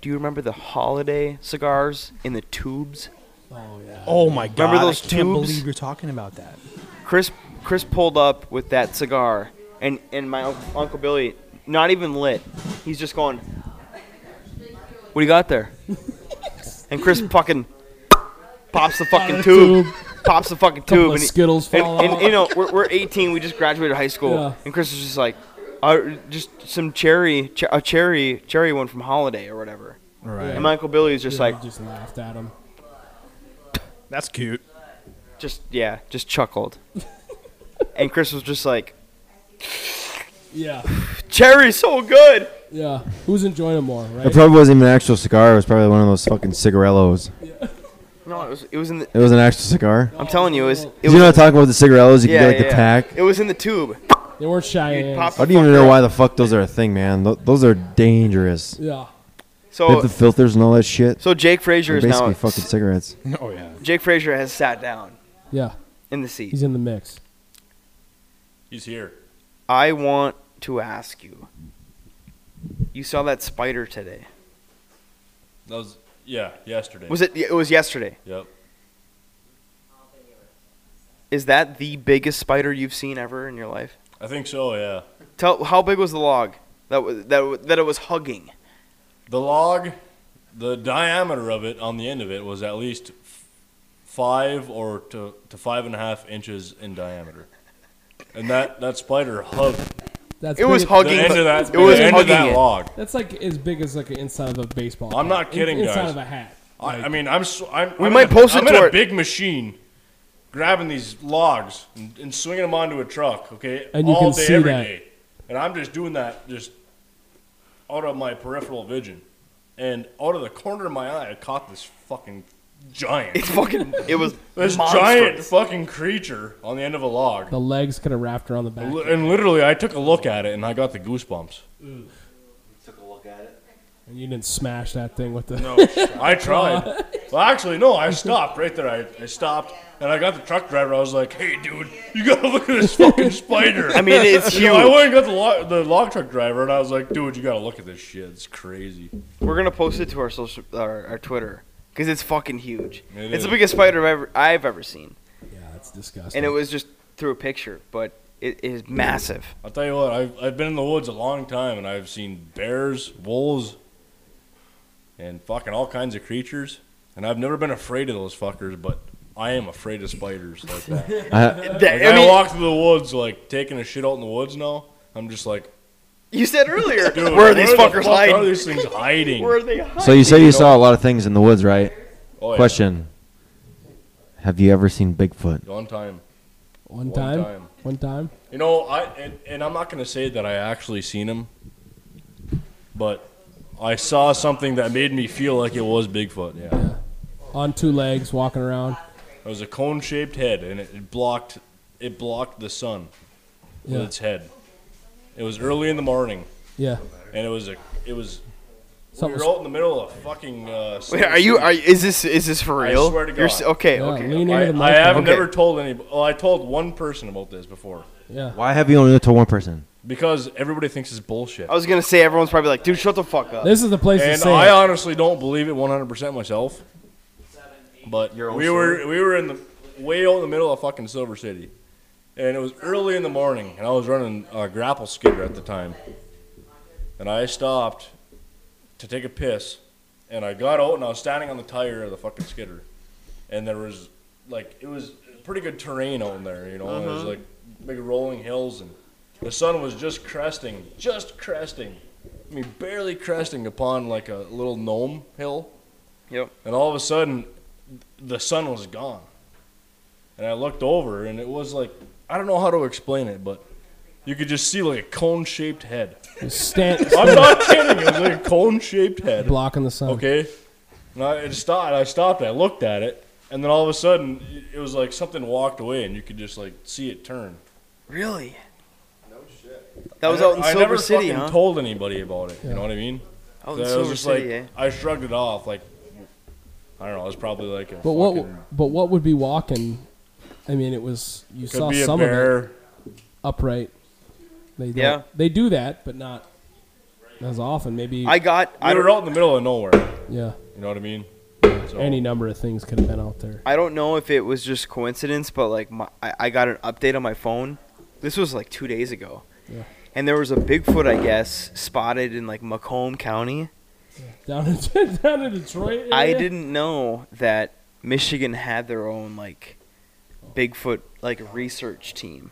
Do you remember the holiday cigars in the tubes?
Oh yeah.
oh my god!
Remember those
I can't
tubes?
believe you're talking about that.
Chris Chris pulled up with that cigar, and and my unc- uncle Billy, not even lit, he's just going. What do you got there? and Chris fucking pops the fucking tube, pops the fucking tube,
Couple of
and, he-
Skittles
and,
fall
and-
out.
you know we're, we're 18, we just graduated high school,
Yeah.
and Chris is just like, uh, just some cherry, ch- a cherry, cherry one from Holiday or whatever.
Right.
And my uncle Billy is just
Yeah,
like,
I just laughed at him.
That's cute.
just yeah, just chuckled. and Chris was just like,
Yeah,
cherry's so good.
yeah. Who's enjoying it more, right?
It probably wasn't even an actual cigar. It was probably one of those fucking cigarellos.
No, it was it was in the.
It was an actual cigar.
I'm telling you, it was. It
Did
was
you know talking about the cigarellos? You
yeah,
can get like
yeah,
the
yeah.
tack.
It was in the tube.
They weren't Cheyennes.
pop-
I don't even know why the fuck those are a thing, man. Th- those are dangerous.
yeah.
They
So
have the filters and all that shit.
so Jake Frazier
They're
is now.
basically fucking cigarettes.
Oh yeah.
Jake Frazier has sat down
Yeah,
in the seat.
he's in the mix.
He's here.
I want to ask you. You saw that spider today.
That was yeah, yesterday.
Was it? It was yesterday.
Yep.
Is that the biggest spider you've seen ever in your life?
I think so, yeah.
Tell how big was the log that was that wa- that it was hugging?
The log, the diameter of it on the end of it was at least f- five or to, to five and a half inches in diameter. And that, that spider hugged
That's
It was
big-
the
hugging.
end
the-
of that,
it was
the end of
hugging
that
it.
log.
That's like as big as like an inside of a baseball.
I'm
cap.
not kidding,
inside
guys.
of a hat.
I, I mean, I'm, so, I'm
We
I'm
might
in a-
post it
I'm
to
in
our-
a big machine, grabbing these logs and, and swinging them onto a truck. Okay,
And you
all
can
day
see
every
that.
day. and I'm just doing that just out of my peripheral vision, and out of the corner of my eye, I caught this fucking giant,
It's fucking. It was
this giant
monstrous.
fucking creature on the end of a log.
The legs could have wrapped around the back.
Li- And literally, I took a look at it and I got the goosebumps.
and you didn't smash that thing with the.
I tried. Well, actually, no, I stopped right there. I, I stopped and I got the truck driver. I was like, hey, dude, you gotta look at this fucking spider.
I mean, it's
You know, I
huge.
went and got the, log, the log truck driver and I was like, dude, you gotta look at this shit. It's crazy.
We're gonna post it to our social, our, our Twitter, because it's fucking huge.
It
it's the
is.
biggest spider I've ever, I've ever seen,
yeah, it's disgusting.
and it was just through a picture, but it, it is massive.
I'll tell you what, I've, I've been in the woods a long time and I've seen bears, wolves, and fucking all kinds of creatures. And I've never been afraid of those fuckers, but I am afraid of spiders like that.
I,
That-
Like,
I
I,
mean,
walk through the woods, like taking a shit out in the woods now. I'm just like,
you said earlier,
dude,
where are these
the
fuckers
fuck
hiding?
Are these things hiding?
where are they hiding?
so you said you saw a lot of things in the woods, right?
Oh, yeah.
Question: Have you ever seen Bigfoot?
One time.
one
One
time.
time.
one time.
You know, I and, and I'm not going to say that I actually seen him, but I saw something that made me feel like it was Bigfoot. Yeah,
On two legs, walking around.
it was a cone-shaped head, and it, it blocked it blocked the sun
Yeah.
with its head. It was early in the morning,
Yeah.
and it was a it was.
Something
we were out in the middle of fucking. Uh,
Wait, are you? Are you- is this? Is this for
I
real?
swear to
You're
God.
s- okay.
Yeah,
okay.
lean
okay.
in.
I,
the
I
mic,
have
okay.
never told any. Well, I told one person about this before
Yeah.
Why have you only done it to one person?
because everybody thinks it's bullshit.
I was gonna say everyone's probably like, dude, shut the fuck up.
This is the place to
and
say.
I
it.
honestly don't believe it 100% myself. But we were we were in the way out in the middle of fucking Silver City, and it was early in the morning, and I was running a grapple skidder at the time, and I stopped to take a piss, and I got out and I was standing on the tire of the fucking skidder, and there was like it was pretty good terrain out in there, you know, and it was like big rolling hills, and the sun was just cresting, just cresting. I mean, barely cresting upon like a little gnome hill.
Yep.
And all of a sudden, the sun was gone. And I looked over, and it was like I don't know how to explain it, but you could just see like a cone-shaped head.
Stand,
I'm not kidding. It was like a cone-shaped head.
blocking the sun.
Okay. And I it stopped. I stopped. I looked at it, and then all of a sudden, it- it was like something walked away, and you could just like see it turn.
Really? No shit. That was
I
out in
never- I
Silver
never
City,
fucking
huh?
told anybody about it. You know what I mean?
Out
So
in
I was
Silver
just
City,
like,
eh?
I shrugged it off. Like, I don't know. It was probably like a
But what?
fucking-
But what would be walking? I mean, it was you
could
saw
be a
some of it
bear.
upright. They don't-
Yeah.
They do that, but not as often. Maybe.
I got. I
I
don't
were out in the middle of nowhere.
yeah.
You know what I mean? So,
Any number of things could have been out there.
I don't know if it was just coincidence, but like my, I, I got an update on my phone. This was like two days ago,
Yeah.
and there was a Bigfoot, I guess, spotted in like Macomb County.
Down in down in Detroit.
I
area?
didn't know that Michigan had their own like Bigfoot like research team,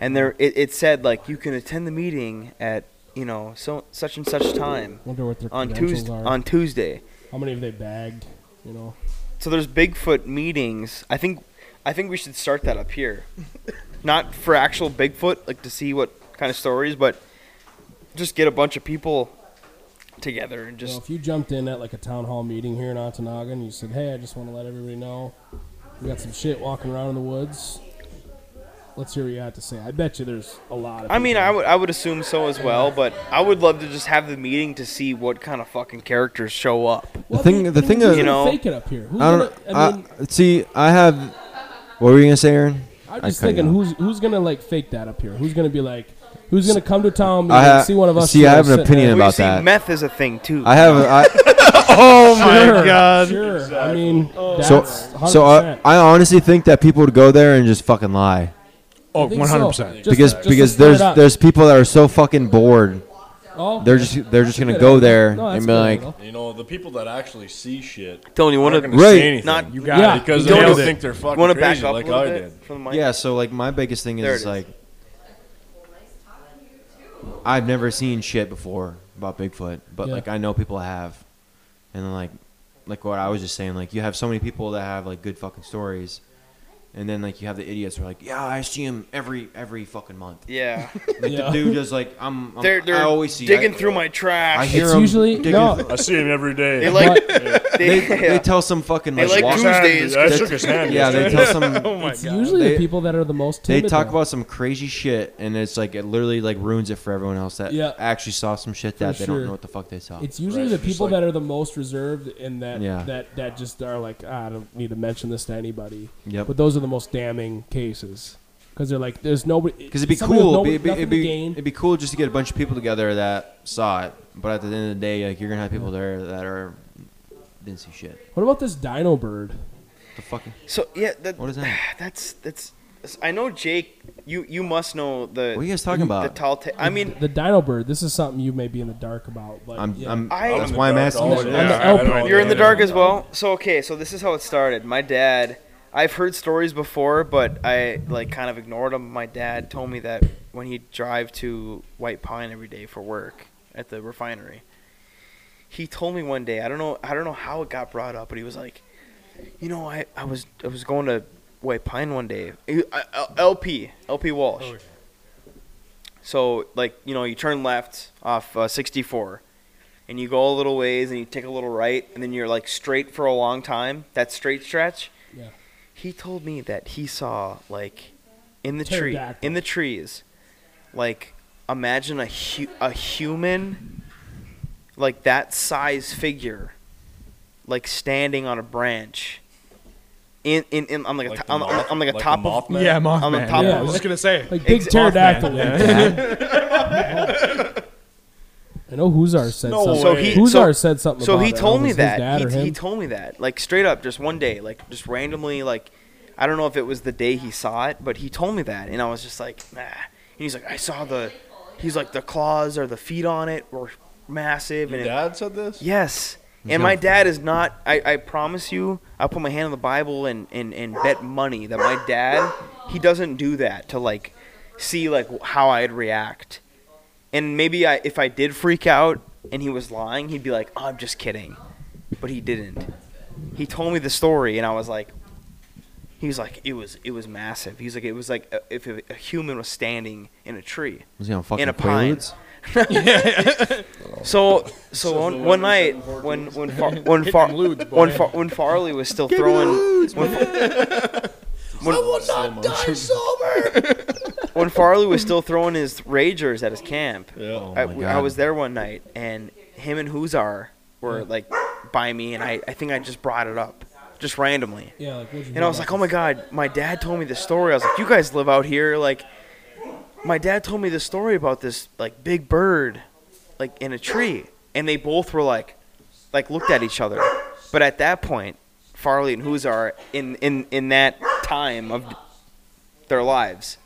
and there it, it said like you can attend the meeting at you know so such and such time
Wonder what their
on
credentials
Tuesday
are.
on Tuesday.
How many have they bagged? You know.
So there's Bigfoot meetings. I think I think we should start that up here. Not for actual Bigfoot, like to see what kind of stories, but just get a bunch of people together and
well,
just
if you jumped in at like a town hall meeting here in Ontonaga and you said, "Hey, I just want to let everybody know we got some shit walking around in the woods." Let's hear what you have to say. I bet you there's a lot of.
I mean,
people.
I would I would assume so as well, but I would love to just have the meeting to see what kind of fucking characters show up.
Well,
thing-
who-
the
who's
thing is-
gonna
You know,
fake it up here. Who's
I
gonna,
don't.
I mean,
I- see, I have. What were you gonna say, Aaron?
I, am
I
just
cut you
thinking,
off.
who's who's gonna like fake that up here? Who's gonna be like, who's gonna come to town and be
I
like,
ha-
see one of us?
see,
two
I
are
have an
sitting
opinion
Well,
there?"
you
about
see,
that.
meth is a thing too.
I have. I,
Oh my
Sure,
god!
Sure. I mean, that's
so
100%.
so I, I honestly think that people would go there and just fucking lie
Oh,
think so.
100%.
Just-
because
just to
because
stir it
there's
up.
there's people that are so fucking bored.
Oh,
They're just they're just gonna
good
go
idea.
there
No,
and
that's
be
a good
like,
idea.
You know, the people that actually see shit
Telling you
aren't
want
going
to
to
Right.
say anything.
not
You got
Yeah.
it.
because they
Don't
don't
do-
think they're fucking
want to back
crazy
up
like
a little
I
bit
did.
from the mic.
yeah. So like my biggest thing
There
is,
it is.
like, I've never seen shit before about Bigfoot, but
Yeah.
like I know people have, and like like what I was just saying, like you have so many people that have like good fucking stories. And then like you have the idiots who are like, yeah, I see him every every fucking month.
Yeah,
Like
Yeah.
the dude is like, I'm, I'm
they're they're
I always see
digging
I,
through my trash.
I hear
It's
'em
usually-
digging-
no.
I see him every day.
they like
They,
they, yeah.
they tell some fucking
They
like,
like
walk-
Tuesday. Tuesdays.
I
They-
shook his hand.
yeah, they
yesterday.
tell some
It's usually
They-
the people that are the most.
they
Timid
talk
though.
about some crazy shit and it's like it literally like ruins it for everyone else that
Yeah.
actually saw some shit that
For
they
sure.
don't know what the fuck they saw.
It's usually
Right,
the
just
people
like-
that are the most reserved and that
Yeah.
that that just are like "Ah, I don't need to mention this to anybody.
Yep.
But those are the most damning cases because they're like there's nobody
Because it'd be
somebody with
cool.
no-
it'd, be,
nothing
it'd,
to
be,
gain.
it'd be cool just to get a bunch of people together that saw it. But at the end of the day, like you're gonna have people there that are didn't see shit.
What about this dino bird?
The fucking
So yeah, that,
What is that?
That's that's. I know Jake. You you must know the.
What are you guys talking
The
about?
tall. ta- I mean,
the dino bird. This is something you may be in the dark about. But
I'm,
yeah.
I'm.
I-
that's why I'm asking.
Oh,
this.
I'm the
yeah, I
elf.
don't know.
you're in the dark as well. So okay, so this is how it started. My dad. I've heard stories before, but I like kind of ignored them. My dad told me that when he'd drive to White Pine every day for work at the refinery, he told me one day. I don't know. I don't know how it got brought up, but he was like, you know, I, I was I was going to White Pine one day. Uh, uh, LP, LP Walsh. So like you know, you turn left off uh, 64, and you go a little ways, and you take a little right, and then you're like straight for a long time. That straight stretch.
Yeah.
He told me that he saw like in the tree,
Pterodactyl.
in the trees, like imagine a hu- a human, like that size figure, like standing on a branch. In, in, in I'm like, a
Like
to-
the
I'm, I'm,
moth-
I'm like a
like the
top of
Mothman?
Yeah, Mothman.
on the top
yeah,
of-
I was just gonna say.
Like big
Ex-
pterodactyl. I know Huzar said
No
something.
So
way.
he
Huzar
so,
said something.
So
about
he
it. I don't
told
know
me
if it was
that.
his dad or
He, he
him.
told me that. Like straight up, just one day, like just randomly, like I don't know if it was the day he saw it, but he told me that, and I was just like, nah. And he's like, I saw the. He's like the claws or the feet on it were massive,
Your
and it
dad said this?
Yes. And my dad is not. I, I promise you, I'll put my hand on the Bible and, and, and bet money that my dad, he doesn't do that to like see like how I'd react. And maybe I, if I did freak out and he was lying, he'd be like, oh, "I'm just kidding," but he didn't. He told me the story, and I was like, he was like, it was it was massive. He's like, it was like a, if a, a human was standing in a tree.
Was he on fucking
In a pine.
Quaaludes?
So so one, one night when when far, when far, when, far, when Farley was still throwing when, when, when Farley was still throwing his ragers at his camp.
Yeah.
I,
my
I
God.
was there one night and him and Huzar were like by me and I, I think I just brought it up just randomly.
Yeah, like, what'd you
And I was like, oh my god, my dad told me this story. I was like, you guys live out here. Like, my dad told me this story about this like big bird, like in a tree. And they both were like, like looked at each other. But at that point, Farley and Huzar in in in that time of their lives,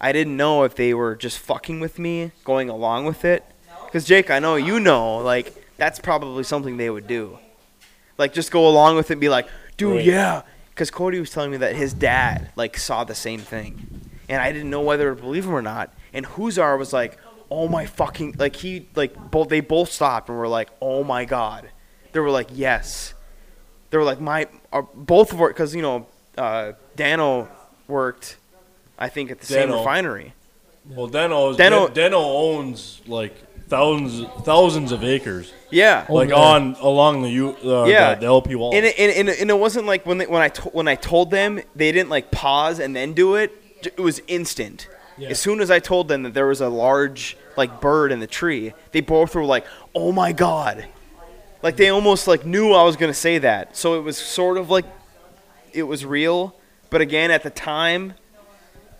I didn't know if they were just fucking with me, going along with it. Because Jake, I know you know, like that's probably something they would do, like just go along with it and be like, dude,
Right.
yeah. Because Cody was telling me that his dad like saw the same thing, and I didn't know whether to believe him or not. And Huzar was like, oh my fucking, like he like both they both stopped and were like, oh my god. They were like, yes they were like my our, both of our because you know uh, Dano worked, I think at the same
Dano.
refinery.
Well, Deno, is,
Deno-
Deno, owns like thousands thousands of acres,
Yeah,
like
yeah.
on along the U, uh,
Oh, Yeah.
the, the LP wall.
and it, and, and, and it wasn't like when they, when I to, when I told them they didn't like pause and then do it. J- It was instant. As soon as I told them that there was a large like bird in the tree, they both were like, "Oh my god!" Like they almost like knew I was gonna say that. So it was sort of like it was real, but again at the time,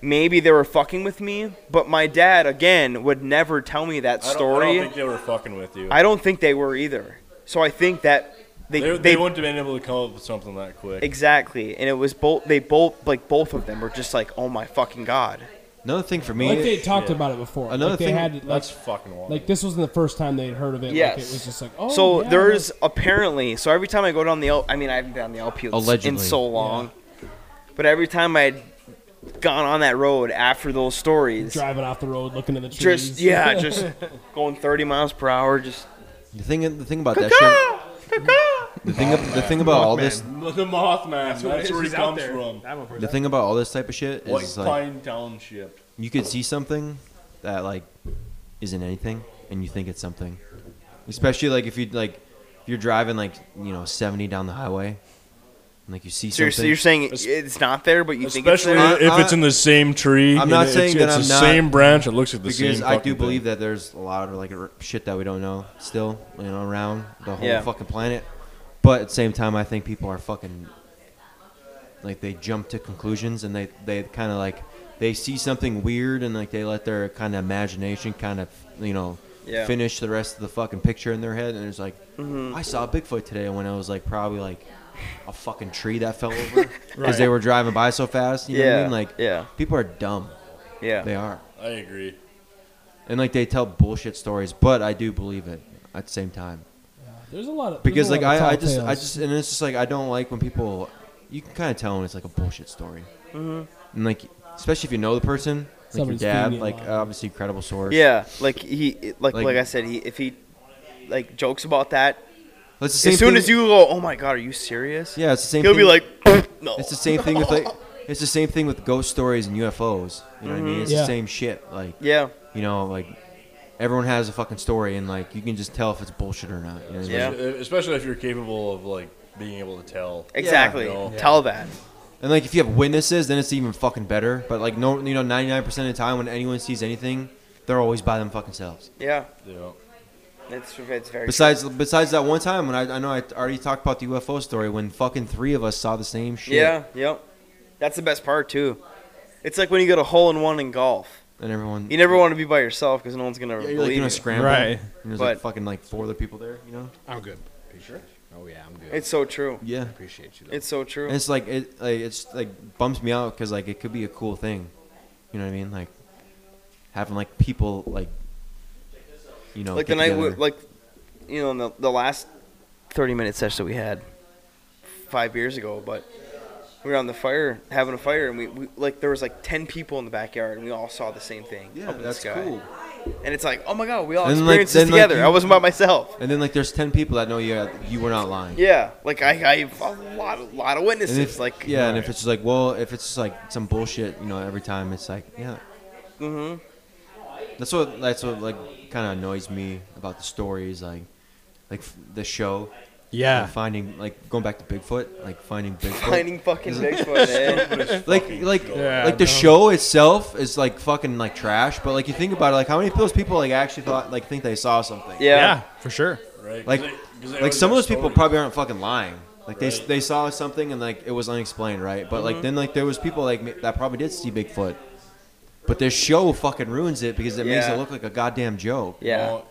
maybe they were fucking with me. But my dad again would never tell me that
I don't-
story.
I don't, think they were fucking with you.
they were either. So I think that they
they, they, wouldn't have been able to come up with something that quick.
Exactly, and it was both. They both like both of them were just like, "Oh my fucking god!"
Another thing for me,
Like they had talked about it before.
Another
like they
thing-
had like,
That's fucking wild.
like this wasn't the first time they had heard of it.
Yes.
Like, it was just like oh.
so
yeah,
there's apparently. So every time I go down the, L, I mean, I haven't been on the LP in
Allegedly.
so long, but every time I'd gone on that road after those stories,
driving off the road, looking at the trees.
just yeah, just going 30 miles per hour, just
the thing, the thing about that shit, the thing, ab- the thing about all this,
the Mothman. That's, where he
He's out
comes
there.
from.
That one for
the thing about all this type of shit
White
is like
Pine Township.
you could see something that like isn't anything, and you think it's something. Especially like if you like, if you're driving like you know 70 down the highway, and like you see
so you're, so
something.
you're saying it's not there, but you think it's
Especially
there.
Uh,
if
uh,
it's in the same tree.
I'm
and
not
it's,
saying that
it's
I'm
the
not-
same branch. It looks like the
because
same.
I
fucking
do believe
thing.
that there's a lot of like r- shit that we don't know still, you know, around the whole
Yeah.
fucking planet. But at the same time, I think people are fucking like they jump to conclusions and they they kind of like they see something weird and like they let their kind of imagination kind of you know
Yeah. Mm-hmm.
finish the rest of the fucking picture in their head and it's like I saw Bigfoot today when I was like probably like a fucking tree that fell over because they were driving by so fast. You know what I
Yeah,
mean? Like
yeah.
people are dumb.
yeah,
They are
I agree.
and like they tell bullshit stories, but I do believe it at the same time
There's a lot of
because
there's
like
a lot of
I, I
tall
just I
tales.
just and it's just like I don't like when people you can kind of tell when it's like a bullshit story,
Mm-hmm.
and like especially if you know the person, like
Somebody's
your
feeding
dad,
you a
like
lie.
obviously credible source.
yeah. Like he, like like,
Like-
I said, he if he like jokes about that,
Well, it's the same
as soon
thing-
as you go, "Oh my god, are you serious?"
yeah, it's the same.
He'll
thing,
be like, no.
it's the same thing with like It's the same thing with ghost stories and UFOs. You know what I mean? It's
Yeah.
the same shit. Like
Mm-hmm. Yeah.
you know, like everyone has a fucking story, and like you can just tell if it's bullshit or not. You know what I mean?
Yeah.
E, Especially if you're capable of like being able to tell.
Exactly.
Yeah. Yeah.
Tell that.
And like if you have witnesses, then it's even fucking better. But like no, you know, ninety nine percent of the time when anyone sees anything, they're always by them fucking selves.
Yeah.
You know.
It's, it's very.
Besides, besides that one time when I, I know I already talked about the UFO story when fucking three of us saw the same shit.
Yeah. Yep. That's the best part too. It's like when you go to hole in one in golf.
And everyone.
You never want to be by yourself because no one's gonna
Yeah, you're like
believe
doing
you.
a scramble.
Right.
And there's
But-
like fucking like four other people there. You know.
I'm good. Are you sure? Oh yeah, I'm good.
It's so true.
Yeah.
Appreciate you. Though.
It's so true.
And it's like it like it's like bumps me out because like it could be a cool thing, you know what I mean? Like having like people like you know
like
get
the night, we,
together.
like you know, in the, the last thirty-minute session that we had five years ago, but we were on the fire having a fire, and we, we like there was like ten people in the backyard, and we all saw the same thing.
yeah,
up in
that's
the sky.
cool.
And it's like, oh my god, we all
And, like,
experienced this
then, like,
together.
you-
I wasn't by myself.
And then like there's ten people that know you uh, you were not lying.
Yeah, like I, I have a lot, a lot of witnesses.
And if,
like
yeah, and if it's just like well, if it's just like some bullshit, you know, every time it's like yeah,
hmm
that's what that's what like kind of annoys me about the stories like like f- the show
Yeah.
like, finding like going back to Bigfoot like finding Bigfoot
finding fucking Bigfoot. Eh?
like like
Yeah,
like the
no.
show itself is like fucking like trash but like you think about it like how many of those people like actually thought like think they saw something
yeah.
yeah,
for sure.
Right. 'Cause
like
they- 'cause they
like
always
some of
have
those people
stories.
probably aren't fucking lying like they,
Right. Mm-hmm.
they saw something and like it was unexplained right but like then like there was people like ma- that probably did see bigfoot but this show fucking ruins it because it makes
Yeah.
it look like a goddamn joke
yeah.
Well,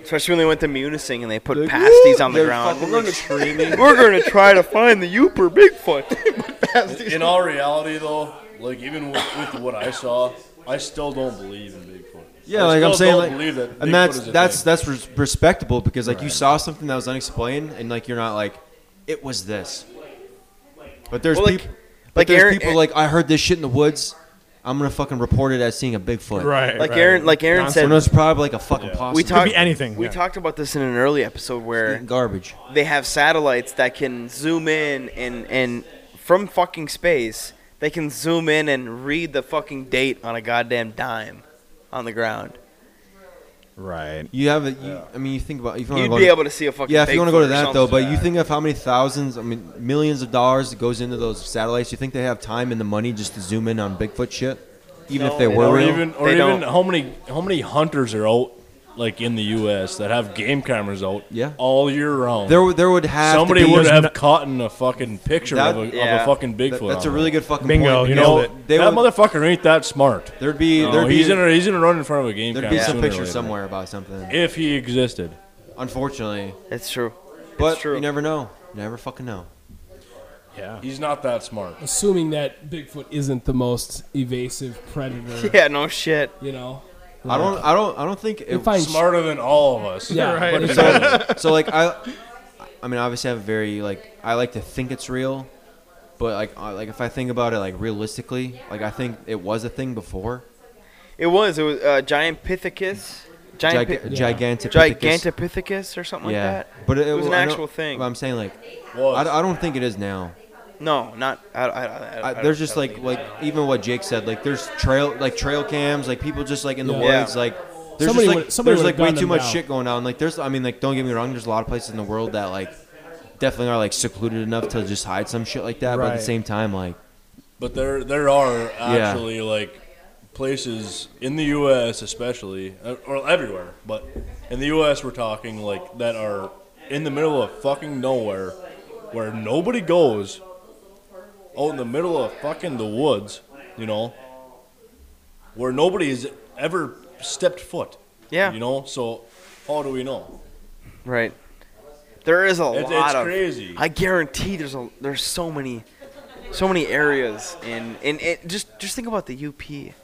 Especially when they went to Munising and they put pasties on the
They're
ground.
fucking
We're
like
gonna,
screaming
we're gonna try to find the Uper Bigfoot.
in all reality, though, like even with, with what I saw, I still don't believe in Bigfoot.
Yeah,
I
like
still
I'm saying,
don't
like,
believe that Bigfoot
and that's
is a
that's
thing.
that's res- respectable because like you saw something that was unexplained, and like you're not like, it was this. But there's
Well, like-
people, but
like
there's
Aaron-
people like I heard this shit in the woods. I'm gonna fucking report it as seeing a Bigfoot.
Right.
Like
right.
Aaron, like Aaron
When
said,
it's probably like a fucking possum.
we
could
talked
be anything.
We
yeah.
talked about this in an early episode where
Eating garbage.
they have satellites that can zoom in and and from fucking space they can zoom in and read the fucking date on a goddamn dime on the ground.
Right.
You have it. You, I mean, you think about if you
You'd
want
be
to.
able to see a fucking.
Yeah, if you want to go
Bigfoot
to
or
that
something.
though, but you think of how many thousands, I mean, millions of dollars that goes into those satellites. You think they have time and the money just to zoom in on Bigfoot shit, even
No,
if they
they
were
or
real?
even or
They
even
don't.
how many how many hunters are out like in the U.S. that have game cameras out
Yeah.
all year round.
There, would- there would have
Somebody
to be
would have
no-
caught in a fucking picture
That-
of, a, of
yeah.
a fucking Bigfoot.
That- that's
on
a really
there.
good fucking
Bingo,
Point.
you
You
because
know,
Nailed it.
they
that
would,
motherfucker ain't that smart.
there's be
No,
there'd be
he's gonna he's gonna run in front of a game
there'd
camera.
be some
sooner or
pictures
later.
somewhere about something.
if he existed.
Unfortunately,
that's true.
but
true.
you never know. You never fucking know.
Yeah.
He's not that smart.
Assuming that Bigfoot isn't the most evasive predator,
Yeah, no shit.
you know.
I don't. I don't. I don't think
You
it.
find
Smarter than all of us.
yeah,
Right.
but it's-
So, so like I, I mean obviously I have a very like I like to think it's real, but like I, like if I think about it like realistically, like I think it was a thing before.
It was. It was uh, giant Pithecus. Giant.
Giga-
Pi-
Gigantopithecus.
Gigantopithecus or something
yeah,
like that.
but it,
It was an
I know-
actual thing.
But I'm saying like
Was.
I, I don't think it is now.
No, not. I, I, I, I,
I,
don't-
there's just
I don't
like
think-
like even what Jake said, like there's trail like trail cams, like people just like in the
Yeah.
woods, like there's
Somebody
just like
would- somebody
there's
would've
like way
gunned
too
them
much
down.
shit going on. Like there's I mean like don't get me wrong, there's a lot of places in the world that like definitely are like secluded enough to just hide some shit like that. But at
Right.
the same time, like
But there there are actually like places in the U.S. especially, uh, or everywhere, but in the U.S. we're talking like that are in the middle of fucking nowhere, where nobody goes. Out in the middle of fucking the woods, you know, where nobody has ever stepped foot.
Yeah.
You know, so how do we know?
Right. There is a
It's,
lot
it's
of.
crazy.
I guarantee there's a there's so many, so many areas and and it just just think about the UP.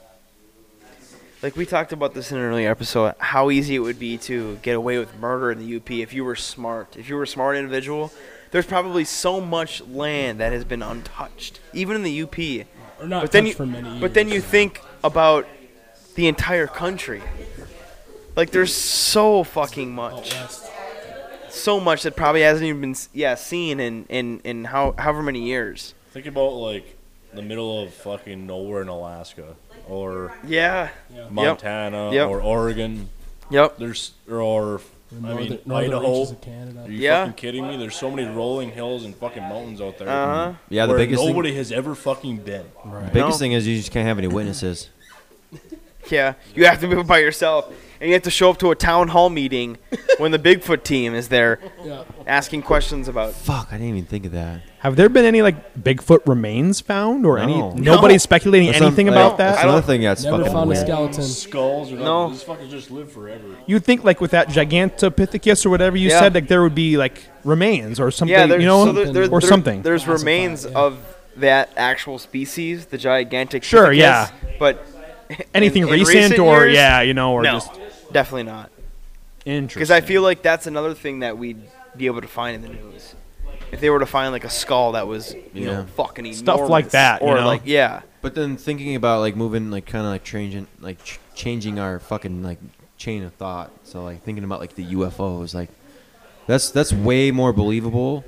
Like we talked about this in an earlier episode, how easy it would be to get away with murder in the UP if you were smart. If you were a smart individual, there's probably so much land that has been untouched, even in the UP.
or not
But then
touched
you,
for many
but then
years.
you think about the entire country. Like there's so
Oh,
fucking much
West.
so much that probably hasn't even been s- yeah seen in in in how however many years.
Think about like the middle of fucking nowhere in Alaska or
Yeah.
Montana
Yep.
or Oregon.
Yep.
There's there are I mean Idaho. Are you
Yeah.
fucking kidding me? There's so many rolling hills and fucking mountains out there.
Uh huh.
Yeah, the
where
biggest
nobody has ever fucking been.
thing. Biggest
No.
thing is you just can't have any witnesses.
Yeah. You have to move by yourself, and you have to show up to a town hall meeting when the Bigfoot team is there, asking questions about.
Fuck, I didn't even think of that.
Have there been any like Bigfoot remains found or
No.
any? Nobody's speculating
That's
anything
not-
about
like,
that.
That's
I don't-
another thing that's
Never
fucking
found a
weird.
skeleton.
Skulls or
No.
nothing. These fuckers just live forever.
You'd think like with that Gigantopithecus or whatever you
Yeah.
said, like there would be like remains or something,
Yeah. There's,
you know,
so there, there-
or
there-
something.
There's
Classified,
remains
yeah.
of that actual species, the gigantic.
Sure, yeah.
But
Anything
in- in
recent,
recent
or
years?
yeah, you know, or
no,
just
definitely not.
interesting.
Because I feel like that's another thing that we'd be able to find in the news. If they were to find like a skull that was, you
Yeah.
know, fucking enormous,
Stuff like that, you
or
know?
like yeah,
But then thinking about like moving, like kind of like changing, like ch- changing our fucking like chain of thought. So like thinking about like the UFOs, like that's that's way more believable.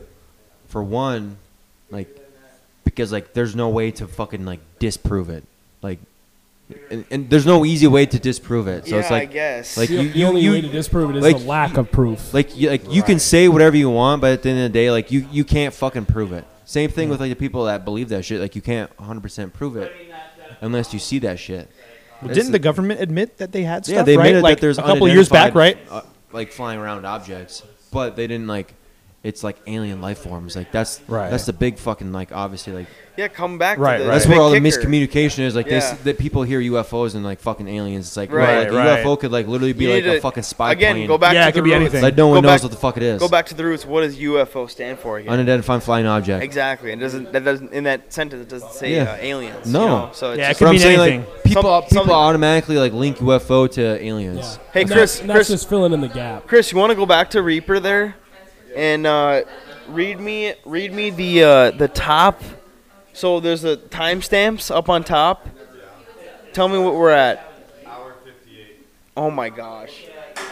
For one, like because like there's no way to fucking like disprove it, like and, and there's no easy way to disprove it. So
yeah,
it's
I
like
guess.
like
The,
you,
the
you,
only
you
way to disprove it is
like,
the lack of proof.
like you, like you can say whatever you want, but at the end of the day, like you you can't fucking prove it. Same thing with like the people that believe that shit. Like you can't 100 percent prove it unless you see that shit.
Well,
That's
didn't the government admit that they had stuff?
yeah they
right?
admitted
like
that there's
a couple years back, right?
unidentified, uh, like flying around objects, but they didn't like it's like alien life forms. Like that's
Right.
that's the big fucking like obviously like
yeah, come back.
Right,
to the,
right.
that's
the
where all the
kicker.
miscommunication is. Like they
Yeah.
s that people hear UFOs and like fucking aliens. It's like
Right,
well, like, a
right.
UFO could like literally be
You
like
need
a
to-
fucking spy
again.
plane.
Go back
Yeah,
to
it
the
could be
roots.
anything.
Like no one
Go
knows
back-
what the fuck it is.
Go back to the roots. What does UFO stand for again?
Unidentified flying object.
Exactly. It doesn't. That doesn't. In that sentence, it doesn't say
Yeah.
uh, aliens.
No.
You know? So it's
Yeah, it
just,
could
But I'm
mean
saying
anything.
like people
Some-
people
something-
automatically like link UFO to aliens.
Hey,
And
Chris,
that- and that's
Chris-
just filling in the gap.
Chris, you want to go back to Reaper there, and uh, read me read me the uh, the top. So there's the timestamps up on top. Tell me what we're at. Hour fifty-eight. Oh my gosh.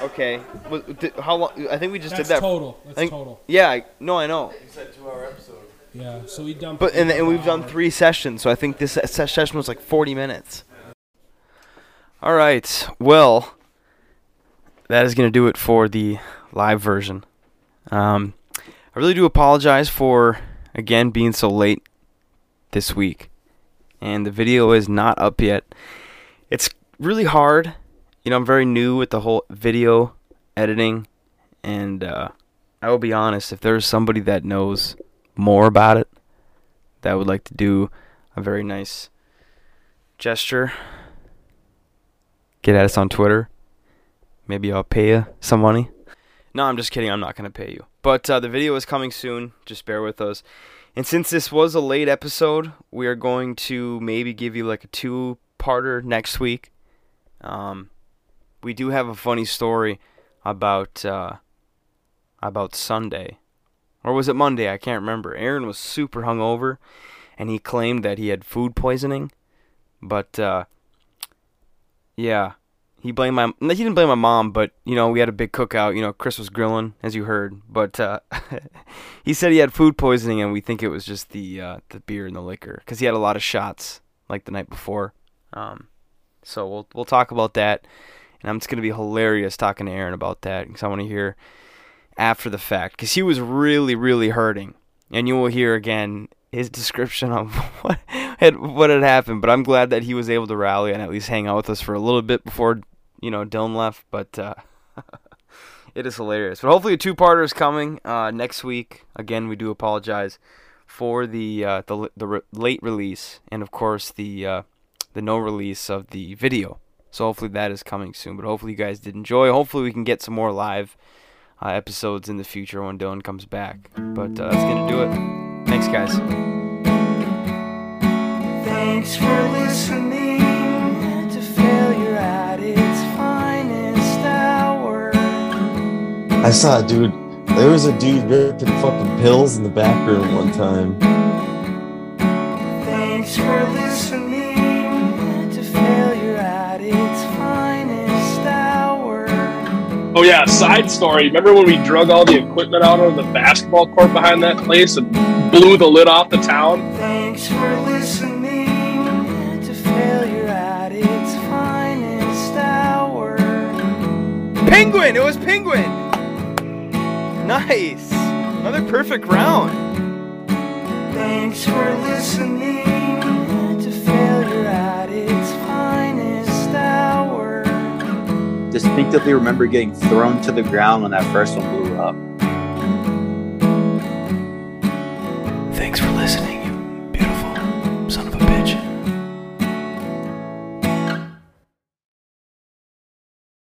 Okay. Wa- di- How long? I think we just
That's
did that.
total.
I
That's
think-
total.
Yeah. I- No, I know.
Yeah. So we dumped.
But and, and we've done three sessions, so I think this se- session was like 40 minutes. All right. Well, that is going to do it for the live version. Um, I really do apologize for again being so late this week, and the video is not up yet. It's really hard. You know, I'm very new with the whole video editing, and uh, I will be honest. If there's somebody that knows more about it, that would like to do a very nice gesture, get at us on Twitter. Maybe I'll pay you some money. No, I'm just kidding. I'm not going to pay you. But uh, the video is coming soon. Just bear with us. And since this was a late episode, we are going to maybe give you like a two parter next week. Um, we do have a funny story about uh, about Sunday or was it Monday? I can't remember. Aaron was super hungover, and he claimed that he had food poisoning. But uh, yeah, he blamed my. no, He didn't blame my mom, but you know we had a big cookout. You know Chris was grilling, as you heard. But uh, he said he had food poisoning, and we think it was just the uh, the beer and the liquor because he had a lot of shots like the night before. Um, so we'll we'll talk about that, and I'm just gonna be hilarious talking to Aaron about that because I want to hear after the fact because he was really, really hurting. And you will hear again his description of what had what had happened. But I'm glad that he was able to rally and at least hang out with us for a little bit before you know Dylan left. But uh, it is hilarious. But hopefully a two-parter is coming uh, next week. Again, we do apologize for the uh, the l- the re- late release and of course the uh, the no release of the video. So hopefully that is coming soon. But hopefully you guys did enjoy. Hopefully we can get some more live uh, episodes in the future when Dylan comes back. But uh, that's going to do it. Thanks, guys.
Thanks for listening to Failure at its finest hour.
I saw a dude. There was a dude ripping fucking pills in the back room one time.
Thanks for listening to Failure at its finest hour.
Oh yeah, side story. Remember when we drug all the equipment out on the basketball court behind that place and blew the lid off the town?
Thanks for listening
Penguin! It was Penguin! Nice! Another perfect round.
Thanks for listening to failure at its finest hour.
Distinctively remember getting thrown to the ground when that first one blew up.
Thanks for listening.